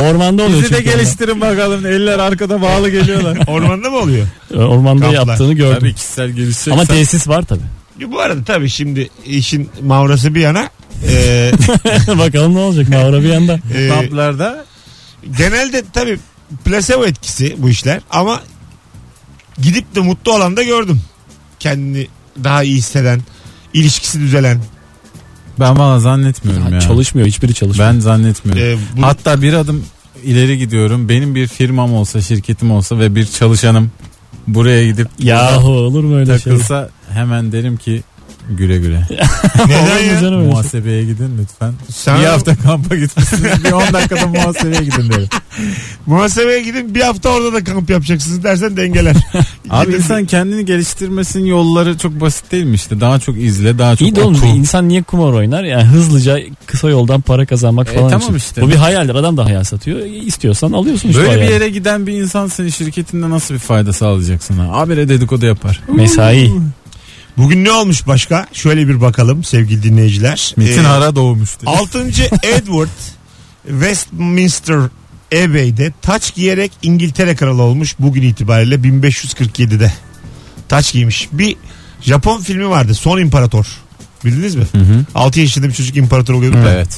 Speaker 4: Ormanda oluyor
Speaker 3: Bizi de
Speaker 4: çünkü
Speaker 3: geliştirin bakalım. Eller arkada bağlı geliyorlar.
Speaker 2: Ormanda mı oluyor?
Speaker 4: onlar. Ee, Ormanda
Speaker 2: Kamplar.
Speaker 4: yaptığını gördüm.
Speaker 3: Tabii kişisel gelişecek.
Speaker 4: Ama tesis var tabii.
Speaker 2: Bu arada tabii şimdi işin mavrası bir yana e,
Speaker 4: Bakalım ne olacak Mavra bir yanda.
Speaker 2: e,
Speaker 3: kamplarda
Speaker 2: genelde tabii plasebo etkisi bu işler ama gidip de mutlu olan da gördüm. Kendini daha iyi hisseden, ilişkisi düzelen.
Speaker 3: ben valla zannetmiyorum ya.
Speaker 4: Çalışmıyor hiçbiri çalışmıyor.
Speaker 3: Ben zannetmiyorum.
Speaker 2: E, bu-
Speaker 3: Hatta bir adım ileri gidiyorum. Benim bir firmam olsa, şirketim olsa ve bir çalışanım buraya gidip
Speaker 4: Yahu olur mu öyle şey?
Speaker 3: takılsa hemen derim ki güle güle.
Speaker 2: neden
Speaker 4: Olur mu
Speaker 2: ya?
Speaker 4: canım öyle şey?
Speaker 3: Muhasebeye gidin lütfen.
Speaker 2: Sen
Speaker 3: Bir hafta kampa gitmişsiniz. bir 10 dakikada muhasebeye gidin derim.
Speaker 2: muhasebeye gidin bir hafta orada da kamp yapacaksınız dersen dengeler.
Speaker 3: Abi
Speaker 2: Gidin-
Speaker 3: insan kendini geliştirmesinin yolları çok basit değil mi işte? Daha çok izle, daha çok
Speaker 4: İyi de oğlum
Speaker 3: oku.
Speaker 4: bir insan niye kumar oynar? Yani hızlıca kısa yoldan para kazanmak
Speaker 3: E,
Speaker 4: falan
Speaker 3: tamam
Speaker 4: için.
Speaker 3: işte.
Speaker 4: Bu bir hayaldir. Adam da hayal satıyor. E, İstiyorsan alıyorsun işte o
Speaker 3: Böyle bir
Speaker 4: hayali.
Speaker 3: yere giden bir insan senin şirketinde nasıl bir fayda sağlayacaksın? Ha? Habire dedikodu yapar.
Speaker 4: Mesai.
Speaker 2: Bugün ne olmuş başka? Şöyle bir bakalım sevgili dinleyiciler.
Speaker 3: Metin
Speaker 2: E,
Speaker 3: Hara doğmuş dedi.
Speaker 2: 6. Edward Westminster Abbey'de taç giyerek İngiltere kralı olmuş bugün itibariyle 1547'de. Taç giymiş. Bir Japon filmi vardı Son İmparator. Bildiniz mi?
Speaker 3: Hı hı.
Speaker 2: 6 yaşında bir çocuk imparator oluyordu. da.
Speaker 3: Evet.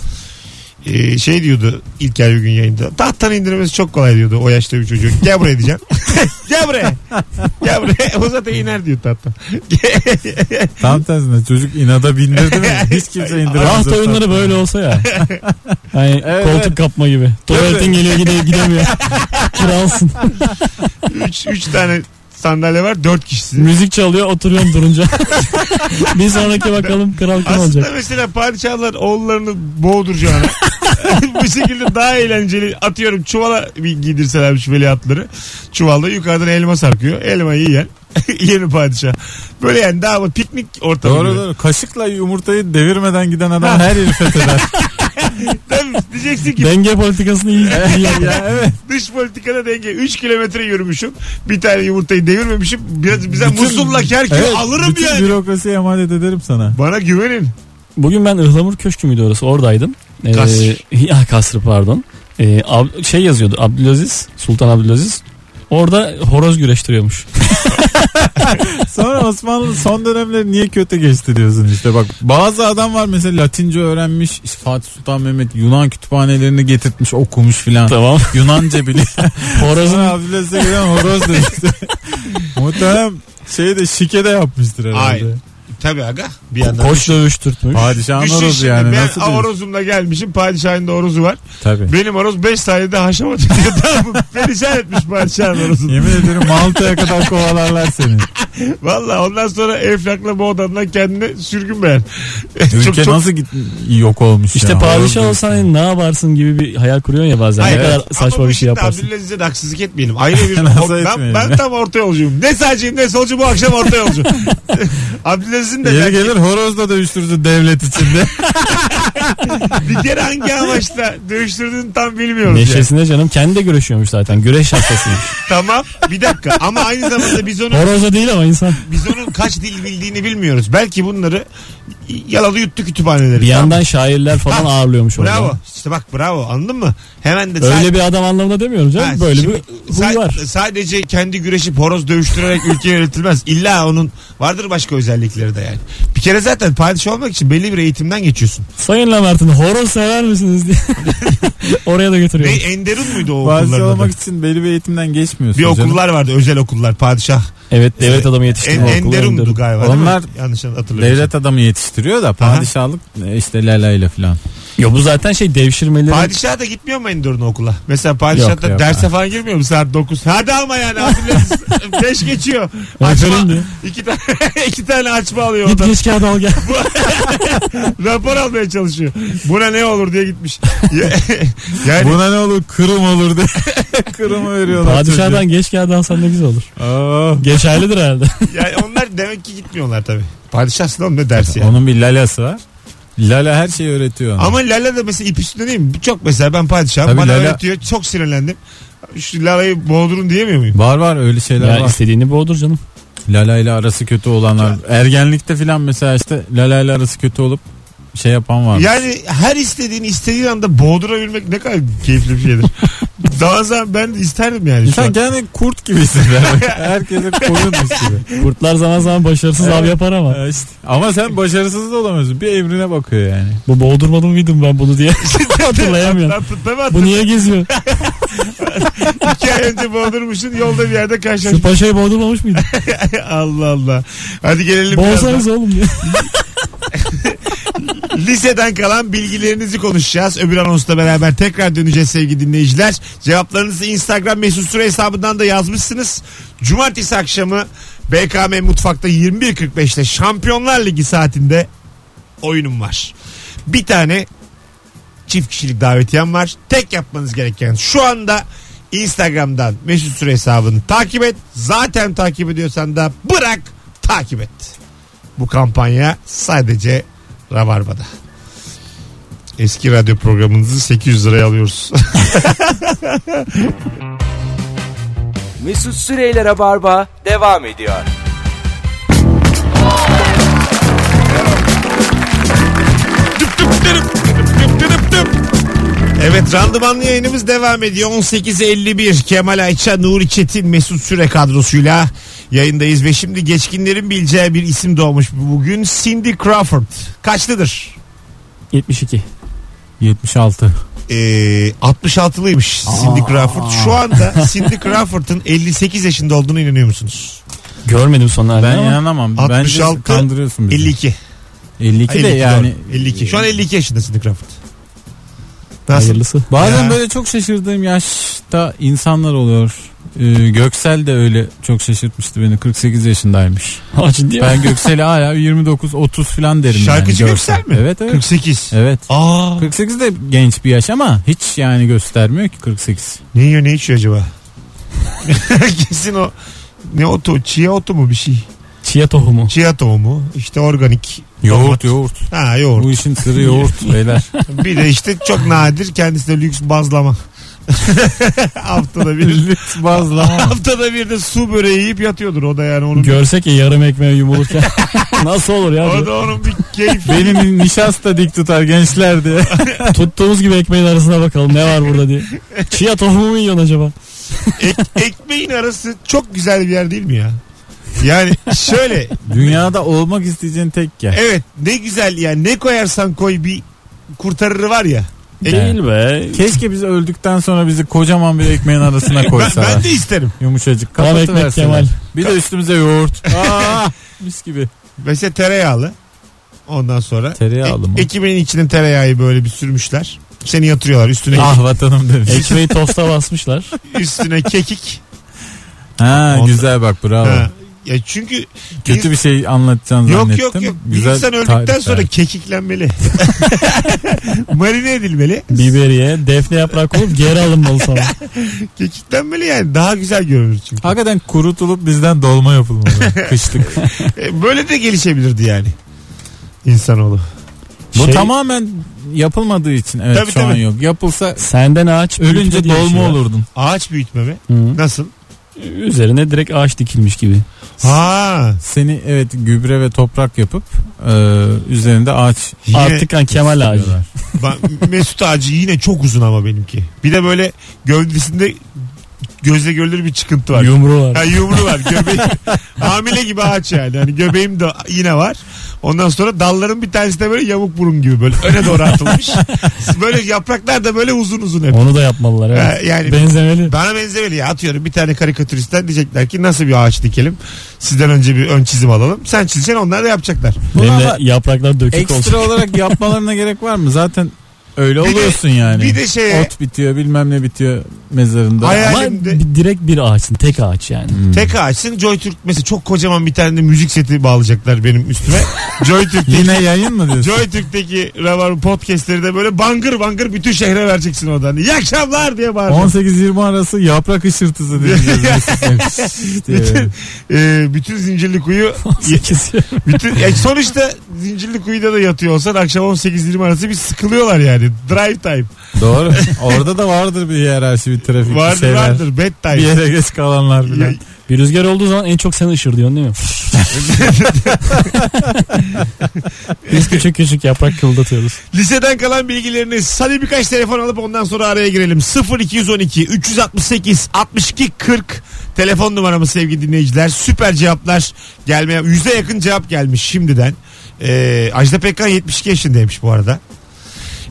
Speaker 2: Ee, şey diyordu İlker bir gün yayında. Tahttan indirmesi çok kolay diyordu o yaşta bir çocuk. Gel buraya diyeceğim. Gel buraya. Gel buraya. O zaten iner diyor tahttan.
Speaker 3: Tam tersine çocuk inada bindirdi mi? Hiç kimse indiremez.
Speaker 4: Rahat oyunları böyle olsa ya. Hani
Speaker 3: Evet.
Speaker 4: koltuk kapma gibi. Tuvaletin geliyor gide, gidemiyor. Kralsın.
Speaker 2: 3 3 tane sandalye var 4 kişisi.
Speaker 4: Müzik çalıyor oturuyorum durunca. bir sonraki bakalım kral kim
Speaker 2: Aslında
Speaker 4: olacak.
Speaker 2: mesela padişahlar oğullarını boğduracağına bu şekilde daha eğlenceli atıyorum çuvala bir giydirselermiş veliahtları. Çuvalda yukarıdan elma sarkıyor. Elmayı yiyen yeni padişah. Böyle yani daha bu piknik ortamı.
Speaker 3: Doğru
Speaker 2: gibi.
Speaker 3: doğru. Kaşıkla yumurtayı devirmeden giden adam her yeri fetheder.
Speaker 2: Tabii diyeceksin ki
Speaker 4: Denge politikasını iyi, iyi yapıyor.
Speaker 3: ya evet.
Speaker 2: dış politikada denge. 3 kilometre yürümüşüm. Bir tane yumurtayı devirmemişim. Biraz bize musulla kerkiyor
Speaker 3: Evet,
Speaker 2: alırım
Speaker 3: bütün
Speaker 2: yani.
Speaker 3: bürokrasiye emanet ederim sana.
Speaker 2: Bana güvenin.
Speaker 4: Bugün ben Ihlamur Köşkü müydü orası oradaydım. Ee,
Speaker 2: Kasr.
Speaker 4: ya kasrı pardon. Ee, ab- şey yazıyordu Abdülaziz Sultan Abdülaziz. Orada horoz güreştiriyormuş.
Speaker 3: Sonra Osmanlı son dönemleri niye kötü geçti diyorsun işte bak. Bazı adam var mesela Latince öğrenmiş. işte Fatih Sultan Mehmet Yunan kütüphanelerini getirtmiş okumuş filan.
Speaker 4: tamam.
Speaker 3: Yunanca biliyor.
Speaker 4: Horozun
Speaker 3: Sonra Abdülaziz'e gelen horoz demişti. Muhtemelen şey de şike de yapmıştır herhalde.
Speaker 2: Ay. Tabii aga. Bir
Speaker 4: ko-
Speaker 2: yandan.
Speaker 4: koç dövüştürtmüş.
Speaker 3: Padişahın
Speaker 2: Düşün
Speaker 3: horozu
Speaker 2: şimdi,
Speaker 3: yani.
Speaker 2: Ben
Speaker 3: Nasıl diyorsun?
Speaker 2: horozumla gelmişim. Padişahın da horozu var.
Speaker 3: Tabii.
Speaker 2: Benim horoz 5 saniyede haşama tutuyor. tamam mı? Perişan etmiş padişahın horozunu.
Speaker 3: Yemin ederim Malta'ya kadar kovalarlar seni.
Speaker 2: Valla ondan sonra Eflak'la Moğdan'la kendine sürgün beğen.
Speaker 3: Ülke nasıl git- yok olmuş
Speaker 4: İşte
Speaker 3: ya.
Speaker 4: padişah
Speaker 3: Orada-
Speaker 4: olsan hani ne yaparsın gibi bir hayal kuruyorsun ya bazen.
Speaker 2: Hayır,
Speaker 4: ne kadar
Speaker 2: evet.
Speaker 4: saçma
Speaker 2: Ama
Speaker 4: bir
Speaker 2: şimdi
Speaker 4: şey yaparsın.
Speaker 2: Abdülaziz'e de haksızlık etmeyelim. Ayrı bir...
Speaker 3: Nasıl
Speaker 2: ben,
Speaker 3: etmeyelim
Speaker 2: ben
Speaker 3: ya?
Speaker 2: tam orta yolcuyum. Ne sağcıyım ne solcu bu akşam orta yolcu. Abdülaziz'in de
Speaker 3: Yeri gelir horozla dövüştürdü devlet içinde.
Speaker 2: bir kere hangi amaçla dövüştürdüğünü tam bilmiyoruz. yani.
Speaker 4: Neşesinde canım kendi de güreşiyormuş zaten. Güreş hastasıymış.
Speaker 2: Tamam bir dakika ama aynı zamanda biz onu
Speaker 4: Horoza değil ama insan.
Speaker 2: biz onun kaç dil bildiğini bilmiyoruz. Belki bunları yaladı yuttu kütüphaneleri.
Speaker 4: Bir yandan şairler falan
Speaker 2: Ha,
Speaker 4: ağırlıyormuş orada.
Speaker 2: Bravo. İşte bak bravo anladın mı? Hemen de
Speaker 4: Öyle
Speaker 2: sa-
Speaker 4: bir adam anlamında demiyorum canım.
Speaker 2: Ha,
Speaker 4: Böyle
Speaker 2: şimdi
Speaker 4: bir huy
Speaker 2: sa-
Speaker 4: var.
Speaker 2: Sadece kendi güreşip horoz dövüştürerek ülke yönetilmez. İlla onun vardır başka özellikleri de yani. Bir kere zaten padişah olmak için belli bir eğitimden geçiyorsun.
Speaker 4: Sayın Lamart'ın horoz sever misiniz diye. Oraya da
Speaker 2: Ne
Speaker 4: götürüyorum.
Speaker 2: Enderun muydu o
Speaker 3: Padişah
Speaker 2: okulların
Speaker 3: olmak
Speaker 2: adı?
Speaker 3: için belli bir eğitimden geçmiyorsun
Speaker 2: Bir
Speaker 3: canım.
Speaker 2: okullar vardı özel okullar padişah.
Speaker 4: Evet devlet adamı
Speaker 2: En,
Speaker 4: yetiştirme okulu.
Speaker 2: Enderun'du
Speaker 4: Enderun.
Speaker 2: galiba. değil mi?
Speaker 3: Onlar
Speaker 2: yanlış hatırlamıyorum.
Speaker 3: Devlet adamı yetiştiriyor da padişahlık e, işte lala ile filan.
Speaker 4: Yo bu zaten şey devşirmeleri.
Speaker 2: Padişah da gitmiyor mu Endur'un okula? Mesela padişah
Speaker 3: Yok,
Speaker 2: da
Speaker 3: yok.
Speaker 2: derse falan girmiyor mu saat 9? Hadi ama yani Abdülaziz 5 geçiyor.
Speaker 4: Ya
Speaker 2: Açma,
Speaker 4: canım diyor.
Speaker 2: iki, tane, iki tane açma alıyor
Speaker 4: Git
Speaker 2: odan.
Speaker 4: geç kağıt al gel.
Speaker 2: Rapor almaya çalışıyor. Buna ne olur diye gitmiş. yani
Speaker 3: Buna ne olur kırım olur diye. Kırımı veriyorlar.
Speaker 4: Padişah'dan geç kağıt alsan ne güzel olur.
Speaker 3: çocuğa. Oh. Aa.
Speaker 4: Geçerlidir herhalde.
Speaker 2: yani onlar demek ki gitmiyorlar tabii. Padişahsın oğlum ne dersi yani.
Speaker 3: Onun bir lalası var. Lala her şeyi öğretiyor. ona.
Speaker 2: Ama Lala da mesela ip üstünde değil mi? Çok mesela ben padişahım.
Speaker 3: Tabii
Speaker 2: bana
Speaker 3: Lala-
Speaker 2: öğretiyor. Çok sinirlendim. Şu Lala'yı boğdurun diyemiyor muyum?
Speaker 3: Var var öyle şeyler
Speaker 4: ya
Speaker 3: var.
Speaker 4: istediğini boğdur canım.
Speaker 3: Lala ile arası kötü olanlar. Ergenlikte filan mesela işte Lala ile arası kötü olup şey yapan var.
Speaker 2: Yani her istediğini istediğin anda boğdurabilmek ne kadar keyifli bir şeydir. Daha zaman ben de isterdim yani. Şu
Speaker 3: İnsan
Speaker 2: an.
Speaker 3: kendini kurt gibi hisseder. Herkese koyunmuş gibi.
Speaker 4: Kurtlar zaman zaman başarısız av yapar ama.
Speaker 3: Ya işte. Ama sen başarısız da olamıyorsun. Bir evrine bakıyor yani.
Speaker 4: Bu boğdurmadım mıydım ben bunu diye. Hatırlayamıyorum.
Speaker 2: Tabii, tabii
Speaker 4: Bu
Speaker 2: hatırlıyorum.
Speaker 4: niye geziyor?
Speaker 2: İki ay önce boğdurmuşsun yolda bir yerde
Speaker 4: Şu
Speaker 2: karşılaştık.
Speaker 4: paşayı boğdurmamış mıydı?
Speaker 2: Allah Allah. Hadi gelelim birazdan.
Speaker 4: Boğsanız oğlum diye.
Speaker 2: Liseden kalan bilgilerinizi konuşacağız. Öbür anonsla beraber tekrar döneceğiz sevgili dinleyiciler. Cevaplarınızı Instagram mesut süre hesabından da yazmışsınız. Cumartesi akşamı BKM Mutfak'ta 21.45'te Şampiyonlar Ligi saatinde oyunum var. Bir tane çift kişilik davetiyem var. Tek yapmanız gereken şu anda Instagram'dan Mesut Süre hesabını takip et. Zaten takip ediyorsan da bırak takip et. Bu kampanya sadece Rabarba'da. Eski radyo programınızı 800 liraya alıyoruz.
Speaker 1: Mesut Süreyler'e barba devam ediyor.
Speaker 2: evet randımanlı yayınımız devam ediyor. 18.51 Kemal Ayça, Nuri Çetin, Mesut Süre kadrosuyla yayındayız. Ve şimdi geçkinlerin bileceği bir isim doğmuş bugün. Cindy Crawford. Kaçlıdır?
Speaker 4: 72.
Speaker 3: 76.
Speaker 2: e, 66'lıymış Cindy Crawford. Şu anda Cindy Crawford'ın 58 yaşında olduğunu inanıyor musunuz?
Speaker 4: Görmedim son halini
Speaker 3: Ben
Speaker 4: ama.
Speaker 3: inanamam. Bence
Speaker 2: 66,
Speaker 3: kandırıyorsun bizi.
Speaker 2: 52.
Speaker 3: 52 de
Speaker 2: 52
Speaker 3: yani.
Speaker 2: doğru. 52. Şu an 52 yaşında Cindy Crawford. Nasıl?
Speaker 4: Hayırlısı.
Speaker 3: Bazen
Speaker 2: Ya.
Speaker 3: böyle çok şaşırdığım yaşta insanlar oluyor. Ee, Göksel de öyle çok şaşırtmıştı beni. 48 yaşındaymış.
Speaker 4: Ha ciddi mi?
Speaker 3: Ben Göksel'e hala 29 30 falan derim
Speaker 2: Şarkıcı
Speaker 3: yani.
Speaker 2: Göksel mi?
Speaker 3: Evet evet.
Speaker 2: 48.
Speaker 3: Evet.
Speaker 2: Aa,
Speaker 3: 48 de genç bir yaş ama hiç yani göstermiyor ki 48.
Speaker 2: ne yiyor ne içiyor acaba? Kesin o ne otu, chia otu mu bir şey?
Speaker 4: Çiğ tohumu.
Speaker 2: Chia tohumu, işte organik.
Speaker 3: Yoğurt yoğurt.
Speaker 2: Ha yoğurt.
Speaker 3: Bu işin sırrı yoğurt beyler.
Speaker 2: Bir de işte çok nadir kendisine lüks bazlama. haftada bir.
Speaker 3: Lüks bazlama.
Speaker 2: haftada bir de su böreği yiyip yatıyordur o da yani onun
Speaker 4: Görsek ya yarım ekmeği yumururken. Nasıl olur ya?
Speaker 2: Orada onun bir keyfi.
Speaker 3: Beni nişasta dik tutar gençler diye.
Speaker 4: Tuttuğumuz gibi ekmeğin arasına bakalım ne var burada diye. Çiğ tohumu mu yiyorsun acaba?
Speaker 2: Ek- ekmeğin arası çok güzel bir yer değil mi ya? Yani şöyle
Speaker 3: Dünyada olmak isteyeceğin tek yer.
Speaker 2: evet ne güzel yani ne koyarsan koy bir kurtarırı var ya.
Speaker 3: E,
Speaker 2: Ek-
Speaker 4: Değil be.
Speaker 3: Keşke biz öldükten sonra bizi kocaman bir ekmeğin arasına
Speaker 2: E, ben,
Speaker 3: koysalar.
Speaker 2: ben de isterim.
Speaker 3: Yumuşacık
Speaker 4: Tam ekmek
Speaker 3: kapatıversinler.
Speaker 4: Kemal.
Speaker 3: Bir de üstümüze yoğurt. Aa, mis gibi.
Speaker 2: Mesela tereyağlı. Ondan sonra
Speaker 3: Tereyağlı mı?
Speaker 2: ekmeğin içine tereyağı böyle bir sürmüşler. Seni yatırıyorlar üstüne
Speaker 3: Ah vatanım demiş.
Speaker 4: Ekmeği tosta basmışlar.
Speaker 2: üstüne kekik.
Speaker 3: Ha
Speaker 2: Ondan-
Speaker 3: güzel bak bravo.
Speaker 2: Ha, Ya çünkü
Speaker 3: Kötü bir şey anlatacağını
Speaker 2: Yok
Speaker 3: zannettim.
Speaker 2: yok yok. Bir
Speaker 3: Güzel
Speaker 2: İnsan öldükten
Speaker 3: tarif
Speaker 2: sonra
Speaker 3: verdi.
Speaker 2: kekiklenmeli. Marine edilmeli.
Speaker 4: Biberiye defne yaprağı koyup geri alınmalı sonra.
Speaker 2: Kekiklenmeli yani. Daha güzel görünür çünkü.
Speaker 3: Hakikaten kurutulup bizden dolma yapılmalı. Kışlık.
Speaker 2: E, Böyle de gelişebilirdi yani. İnsanoğlu.
Speaker 3: Bu
Speaker 4: Şey-
Speaker 3: tamamen yapılmadığı için evet
Speaker 2: Tabii,
Speaker 3: şu an
Speaker 2: tabii.
Speaker 3: yok. Yapılsa
Speaker 4: Senden ağaç
Speaker 3: ölünce
Speaker 4: büyütme diye bir
Speaker 3: dolma
Speaker 4: şey var.
Speaker 3: olurdun.
Speaker 2: Ağaç büyütme mi?
Speaker 4: Hı.
Speaker 2: Nasıl?
Speaker 4: Üzerine direkt ağaç dikilmiş gibi.
Speaker 2: Ha.
Speaker 3: Seni evet gübre ve toprak yapıp e, üzerinde ağaç
Speaker 2: Yine,
Speaker 4: Artık hani Kemal ağacı.
Speaker 3: diyorlar.
Speaker 2: Ba- Mesut ağacı yine çok uzun ama benimki. Bir de böyle gövdesinde gözle görülür bir çıkıntı var.
Speaker 4: Yumruğu
Speaker 2: Ha,
Speaker 4: var.
Speaker 2: yumru var. Göbeği, hamile gibi ağaç yani. Hani göbeğim de yine var. Ondan sonra dalların bir tanesi de böyle yamuk burun gibi böyle öne doğru atılmış. böyle yapraklar da böyle uzun uzun hep.
Speaker 4: Onu da yapmalılar
Speaker 2: Ha,
Speaker 4: evet.
Speaker 2: yani-
Speaker 4: Benzemeli.
Speaker 2: Bana benzemeli ya atıyorum bir tane karikatüristten diyecekler ki nasıl bir ağaç dikelim. Sizden önce bir ön çizim alalım. Sen çizeceksin onlar da yapacaklar.
Speaker 4: Benim de
Speaker 3: ama
Speaker 4: yapraklar dökük olsun.
Speaker 3: Ekstra olarak yapmalarına gerek var mı? Zaten öyle
Speaker 2: Bir de-
Speaker 3: oluyorsun yani.
Speaker 2: bir de şeye-
Speaker 3: Ot bitiyor bilmem ne bitiyor mezarında.
Speaker 2: Hayal-
Speaker 4: Ama
Speaker 2: Hayalimde-
Speaker 4: bir- direkt bir ağaçsın. Tek ağaç yani.
Speaker 2: Tek ağaçsın Joy Türk mesela çok kocaman bir tane de müzik seti bağlayacaklar benim üstüme. Joy Türk'teki,
Speaker 3: Yine yayın mı diyorsun?
Speaker 2: Joy Türk'teki Rabarba podcastleri de böyle bangır bangır bütün şehre vereceksin oradan. İyi akşamlar diye bağırıyor.
Speaker 3: 18-20 arası yaprak ışırtısı diyeceğiz. Şşş diye.
Speaker 2: bütün, e, bütün zincirli kuyu bütün e, sonuçta zincirli kuyuda da yatıyor olsan akşam 18-20 arası bir sıkılıyorlar yani drive time
Speaker 3: Doğru. Orada da vardır bir hiyerarşi bir trafik bir
Speaker 2: vardır
Speaker 3: şeyler.
Speaker 2: vardır bed
Speaker 3: Bir
Speaker 2: time
Speaker 3: yere geç kalanlar bile.
Speaker 4: Bir rüzgar olduğu zaman en çok sen ışır diyorsun değil mi? Biz küçük küçük yaprak kıldatıyoruz.
Speaker 2: Liseden kalan bilgileriniz. Hadi birkaç telefon alıp ondan sonra araya girelim. 0212 368 62 40 telefon numaramı sevgili dinleyiciler. Süper cevaplar gelmeye yüze yakın cevap gelmiş şimdiden. Ee, Ajda Pekkan 72 yaşındaymış bu arada.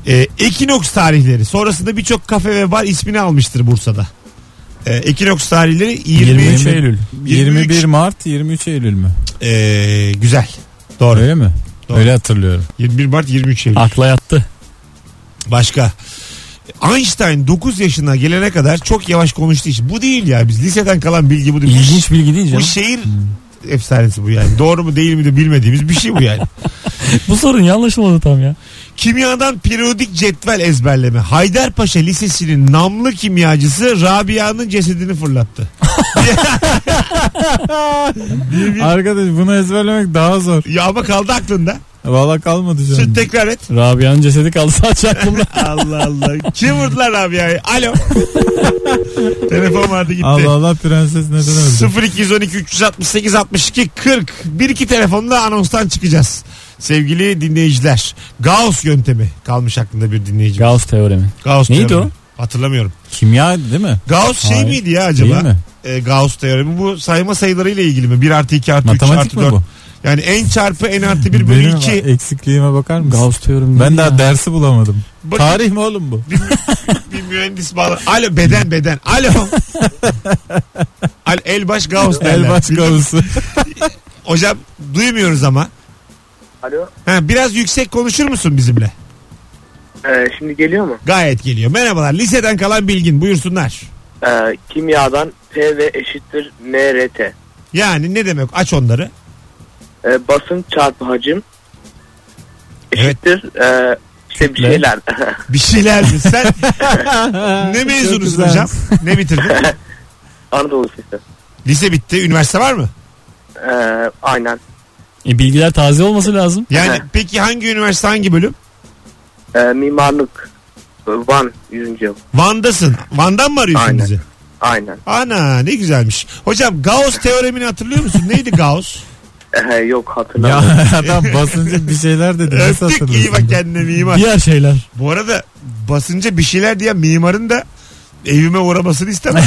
Speaker 2: Ee, Ekinoks tarihleri. Sonrasında birçok kafe ve bar ismini almıştır Bursa'da. Ee, Ekinoks tarihleri 20,
Speaker 4: 23 Eylül.
Speaker 3: 21 Mart 23 Eylül mü?
Speaker 2: Ee, güzel. Doğru.
Speaker 3: Öyle mi?
Speaker 2: Doğru.
Speaker 3: Öyle hatırlıyorum.
Speaker 2: 21 Mart 23 Eylül.
Speaker 4: Akla yattı.
Speaker 2: Başka. Einstein 9 yaşına gelene kadar çok yavaş konuştu hiç. Bu değil ya biz liseden kalan bilgi bu değil.
Speaker 4: İlginç bilgi değil
Speaker 2: Bu
Speaker 4: canım.
Speaker 2: şehir efsanesi bu yani. Doğru mu değil mi de bilmediğimiz bir şey bu yani.
Speaker 4: Bu sorun yanlış oldu tam ya.
Speaker 2: Kimyadan periyodik cetvel ezberleme. Haydarpaşa Lisesi'nin namlı kimyacısı Rabia'nın cesedini fırlattı.
Speaker 3: Arkadaş bunu ezberlemek daha zor.
Speaker 2: Ya ama kaldı aklında.
Speaker 3: Valla kalmadı canım.
Speaker 2: Şimdi tekrar et.
Speaker 4: Rabia'nın cesedi kaldı sadece aklımda.
Speaker 2: Allah Allah. Kim vurdular Rabia'yı? Alo. Telefon vardı gitti.
Speaker 3: Allah Allah prenses neden öldü?
Speaker 2: 0212 368 62 40 bir iki telefonla anonstan çıkacağız. Sevgili dinleyiciler. Gauss yöntemi kalmış aklında bir dinleyici.
Speaker 4: Gauss teoremi.
Speaker 2: Gauss
Speaker 4: Neydi
Speaker 2: teoremi. Hatırlamıyorum.
Speaker 3: Kimya değil mi?
Speaker 2: Gauss şey
Speaker 3: Hayır.
Speaker 2: miydi ya
Speaker 3: Değil
Speaker 2: acaba?
Speaker 3: mi?
Speaker 2: Ee, Gauss teoremi bu sayma sayılarıyla ilgili mi? 1 artı 2 artı 3
Speaker 3: Matematik
Speaker 2: artı
Speaker 3: mi
Speaker 2: 4.
Speaker 3: bu?
Speaker 2: Yani en çarpı en artı 1
Speaker 3: Benim
Speaker 2: bölü 2.
Speaker 3: eksikliğime bakar mısın?
Speaker 4: Gauss teoremi.
Speaker 3: ben
Speaker 4: değil
Speaker 3: daha
Speaker 4: ya.
Speaker 3: dersi bulamadım.
Speaker 2: Bakın-
Speaker 3: Tarih mi oğlum bu?
Speaker 2: Bir mühendis bağlı. Alo beden beden. Alo. Al, elbaş Gauss derler.
Speaker 3: Elbaş
Speaker 2: Bildin mi?
Speaker 3: Gauss'u.
Speaker 2: Hocam duymuyoruz ama.
Speaker 5: Alo.
Speaker 2: Ha, biraz yüksek konuşur musun bizimle?
Speaker 5: Ee, şimdi geliyor mu?
Speaker 2: Gayet geliyor. Merhabalar. Liseden kalan bilgin. Buyursunlar.
Speaker 5: Ee, kimyadan PV eşittir MRT.
Speaker 2: Yani ne demek? Aç onları.
Speaker 5: Ee, basın çarpı hacim eşittir ee, işte bir
Speaker 4: Kütle.
Speaker 5: şeyler.
Speaker 2: Bir şeyler mi? Sen ne
Speaker 3: Çok
Speaker 2: mezunusun
Speaker 3: güzelmiş.
Speaker 2: hocam? Ne bitirdin?
Speaker 5: Anadolu Lisesi.
Speaker 2: Lise bitti. Üniversite var mı?
Speaker 5: Ee, aynen.
Speaker 4: E, bilgiler taze olması lazım.
Speaker 2: Yani
Speaker 5: Aha.
Speaker 2: peki hangi üniversite hangi bölüm?
Speaker 5: Ee, mimarlık. e, Van 100. yıl.
Speaker 2: Van'dasın. Van'dan mı arıyorsun
Speaker 5: Aynen.
Speaker 2: bizi?
Speaker 5: Aynen.
Speaker 2: Ana ne güzelmiş. Hocam Gauss teoremini hatırlıyor musun? Neydi Gauss?
Speaker 5: Ee, yok
Speaker 3: ya
Speaker 5: hatırlamıyorum.
Speaker 3: adam basınca bir şeyler dedi. Nasıl
Speaker 2: Öptük iyi bak
Speaker 3: hatırlıyorsun?
Speaker 2: kendine mimar.
Speaker 4: Diğer şeyler.
Speaker 2: Bu arada basınca bir şeyler diye mimarın da evime uğramasını istemem.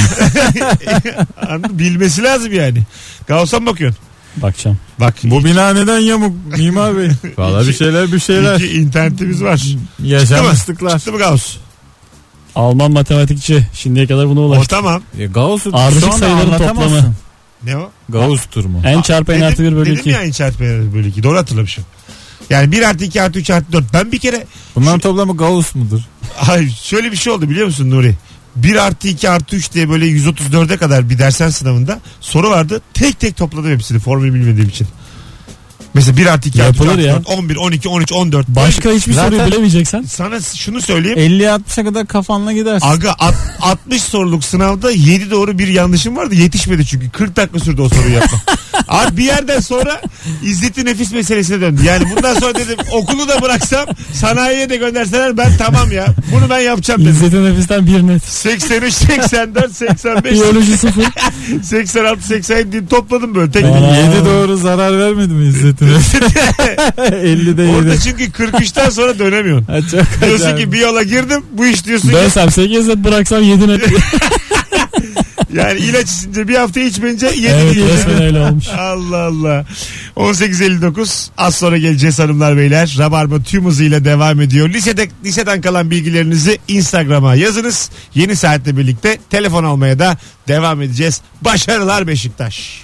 Speaker 2: Anladın mı? Bilmesi lazım yani. Gauss'a mı bakıyorsun?
Speaker 4: Bakacağım.
Speaker 2: Bak
Speaker 3: Bu bina neden yamuk Mimar Bey? Valla bir şeyler bir şeyler.
Speaker 2: iki internetimiz var.
Speaker 3: Yaşanmışlıklar.
Speaker 2: Çıktı mı Gauss?
Speaker 4: Alman matematikçi. Şimdiye kadar buna
Speaker 2: O
Speaker 4: ulaştı.
Speaker 2: tamam.
Speaker 3: Ya Gauss'u
Speaker 4: Ardışık
Speaker 3: şu anda
Speaker 4: sayıların
Speaker 3: E, anlatamazsın.
Speaker 4: toplamı.
Speaker 2: Ne o?
Speaker 3: Gauss'tur mu?
Speaker 4: En çarpı en artı bir bölü
Speaker 2: dedim
Speaker 4: iki.
Speaker 2: ya en çarpı en bölü 2. Doğru hatırlamışım. Yani 1 artı 2 artı 3 artı 4. Ben bir kere
Speaker 3: Bunların toplamı Gauss mudur?
Speaker 2: ay, şöyle bir şey oldu biliyor musun Nuri? 1 artı 2 artı 3 diye böyle 134'e kadar bir dersen sınavında soru vardı. Tek tek topladım hepsini formül bilmediğim için. Mesela 1 artı 2 artı 3
Speaker 4: Yapılır
Speaker 2: artı
Speaker 4: ya.
Speaker 2: 4, 11, 12, 13, 14.
Speaker 4: Başka hiçbir
Speaker 3: Zaten-
Speaker 4: soruyu bilemeyeceksen.
Speaker 2: Sana şunu söyleyeyim.
Speaker 3: 50-60'a kadar kafanla gidersin.
Speaker 2: Aga at- 60 soruluk sınavda 7 doğru bir yanlışım vardı. Yetişmedi çünkü. 40 dakika sürdü o soruyu yapma. Abi bir yerden sonra izzeti nefis meselesine döndü. Yani bundan sonra dedim okulu da bıraksam sanayiye de gönderseler ben tamam ya. Bunu ben yapacağım dedim.
Speaker 4: İzzet'in nefisten bir net.
Speaker 2: 83, 84, 85,
Speaker 4: Biyoloji sıfır.
Speaker 2: 86, 87 diye topladım böyle tek tek.
Speaker 3: 7 doğru zarar vermedi mi İzzet'ime? 50'de 7.
Speaker 2: Orada çünkü 43'ten sonra dönemiyorsun.
Speaker 3: Ha, çok
Speaker 2: Diyorsun
Speaker 3: acayip.
Speaker 2: ki bir yola girdim bu iş diyorsun ki
Speaker 4: Dönsem 8 net bıraksam 7 net.
Speaker 2: yani ilaç içince bir hafta içmeyince yedi
Speaker 4: evet
Speaker 2: değil.
Speaker 4: resmen öyle olmuş.
Speaker 2: Allah Allah. 18.59 az sonra geleceğiz hanımlar beyler. Rabarba tüm hızıyla devam ediyor. Lisede, liseden kalan bilgilerinizi Instagram'a yazınız. Yeni saatle birlikte telefon almaya da devam edeceğiz. Başarılar Beşiktaş.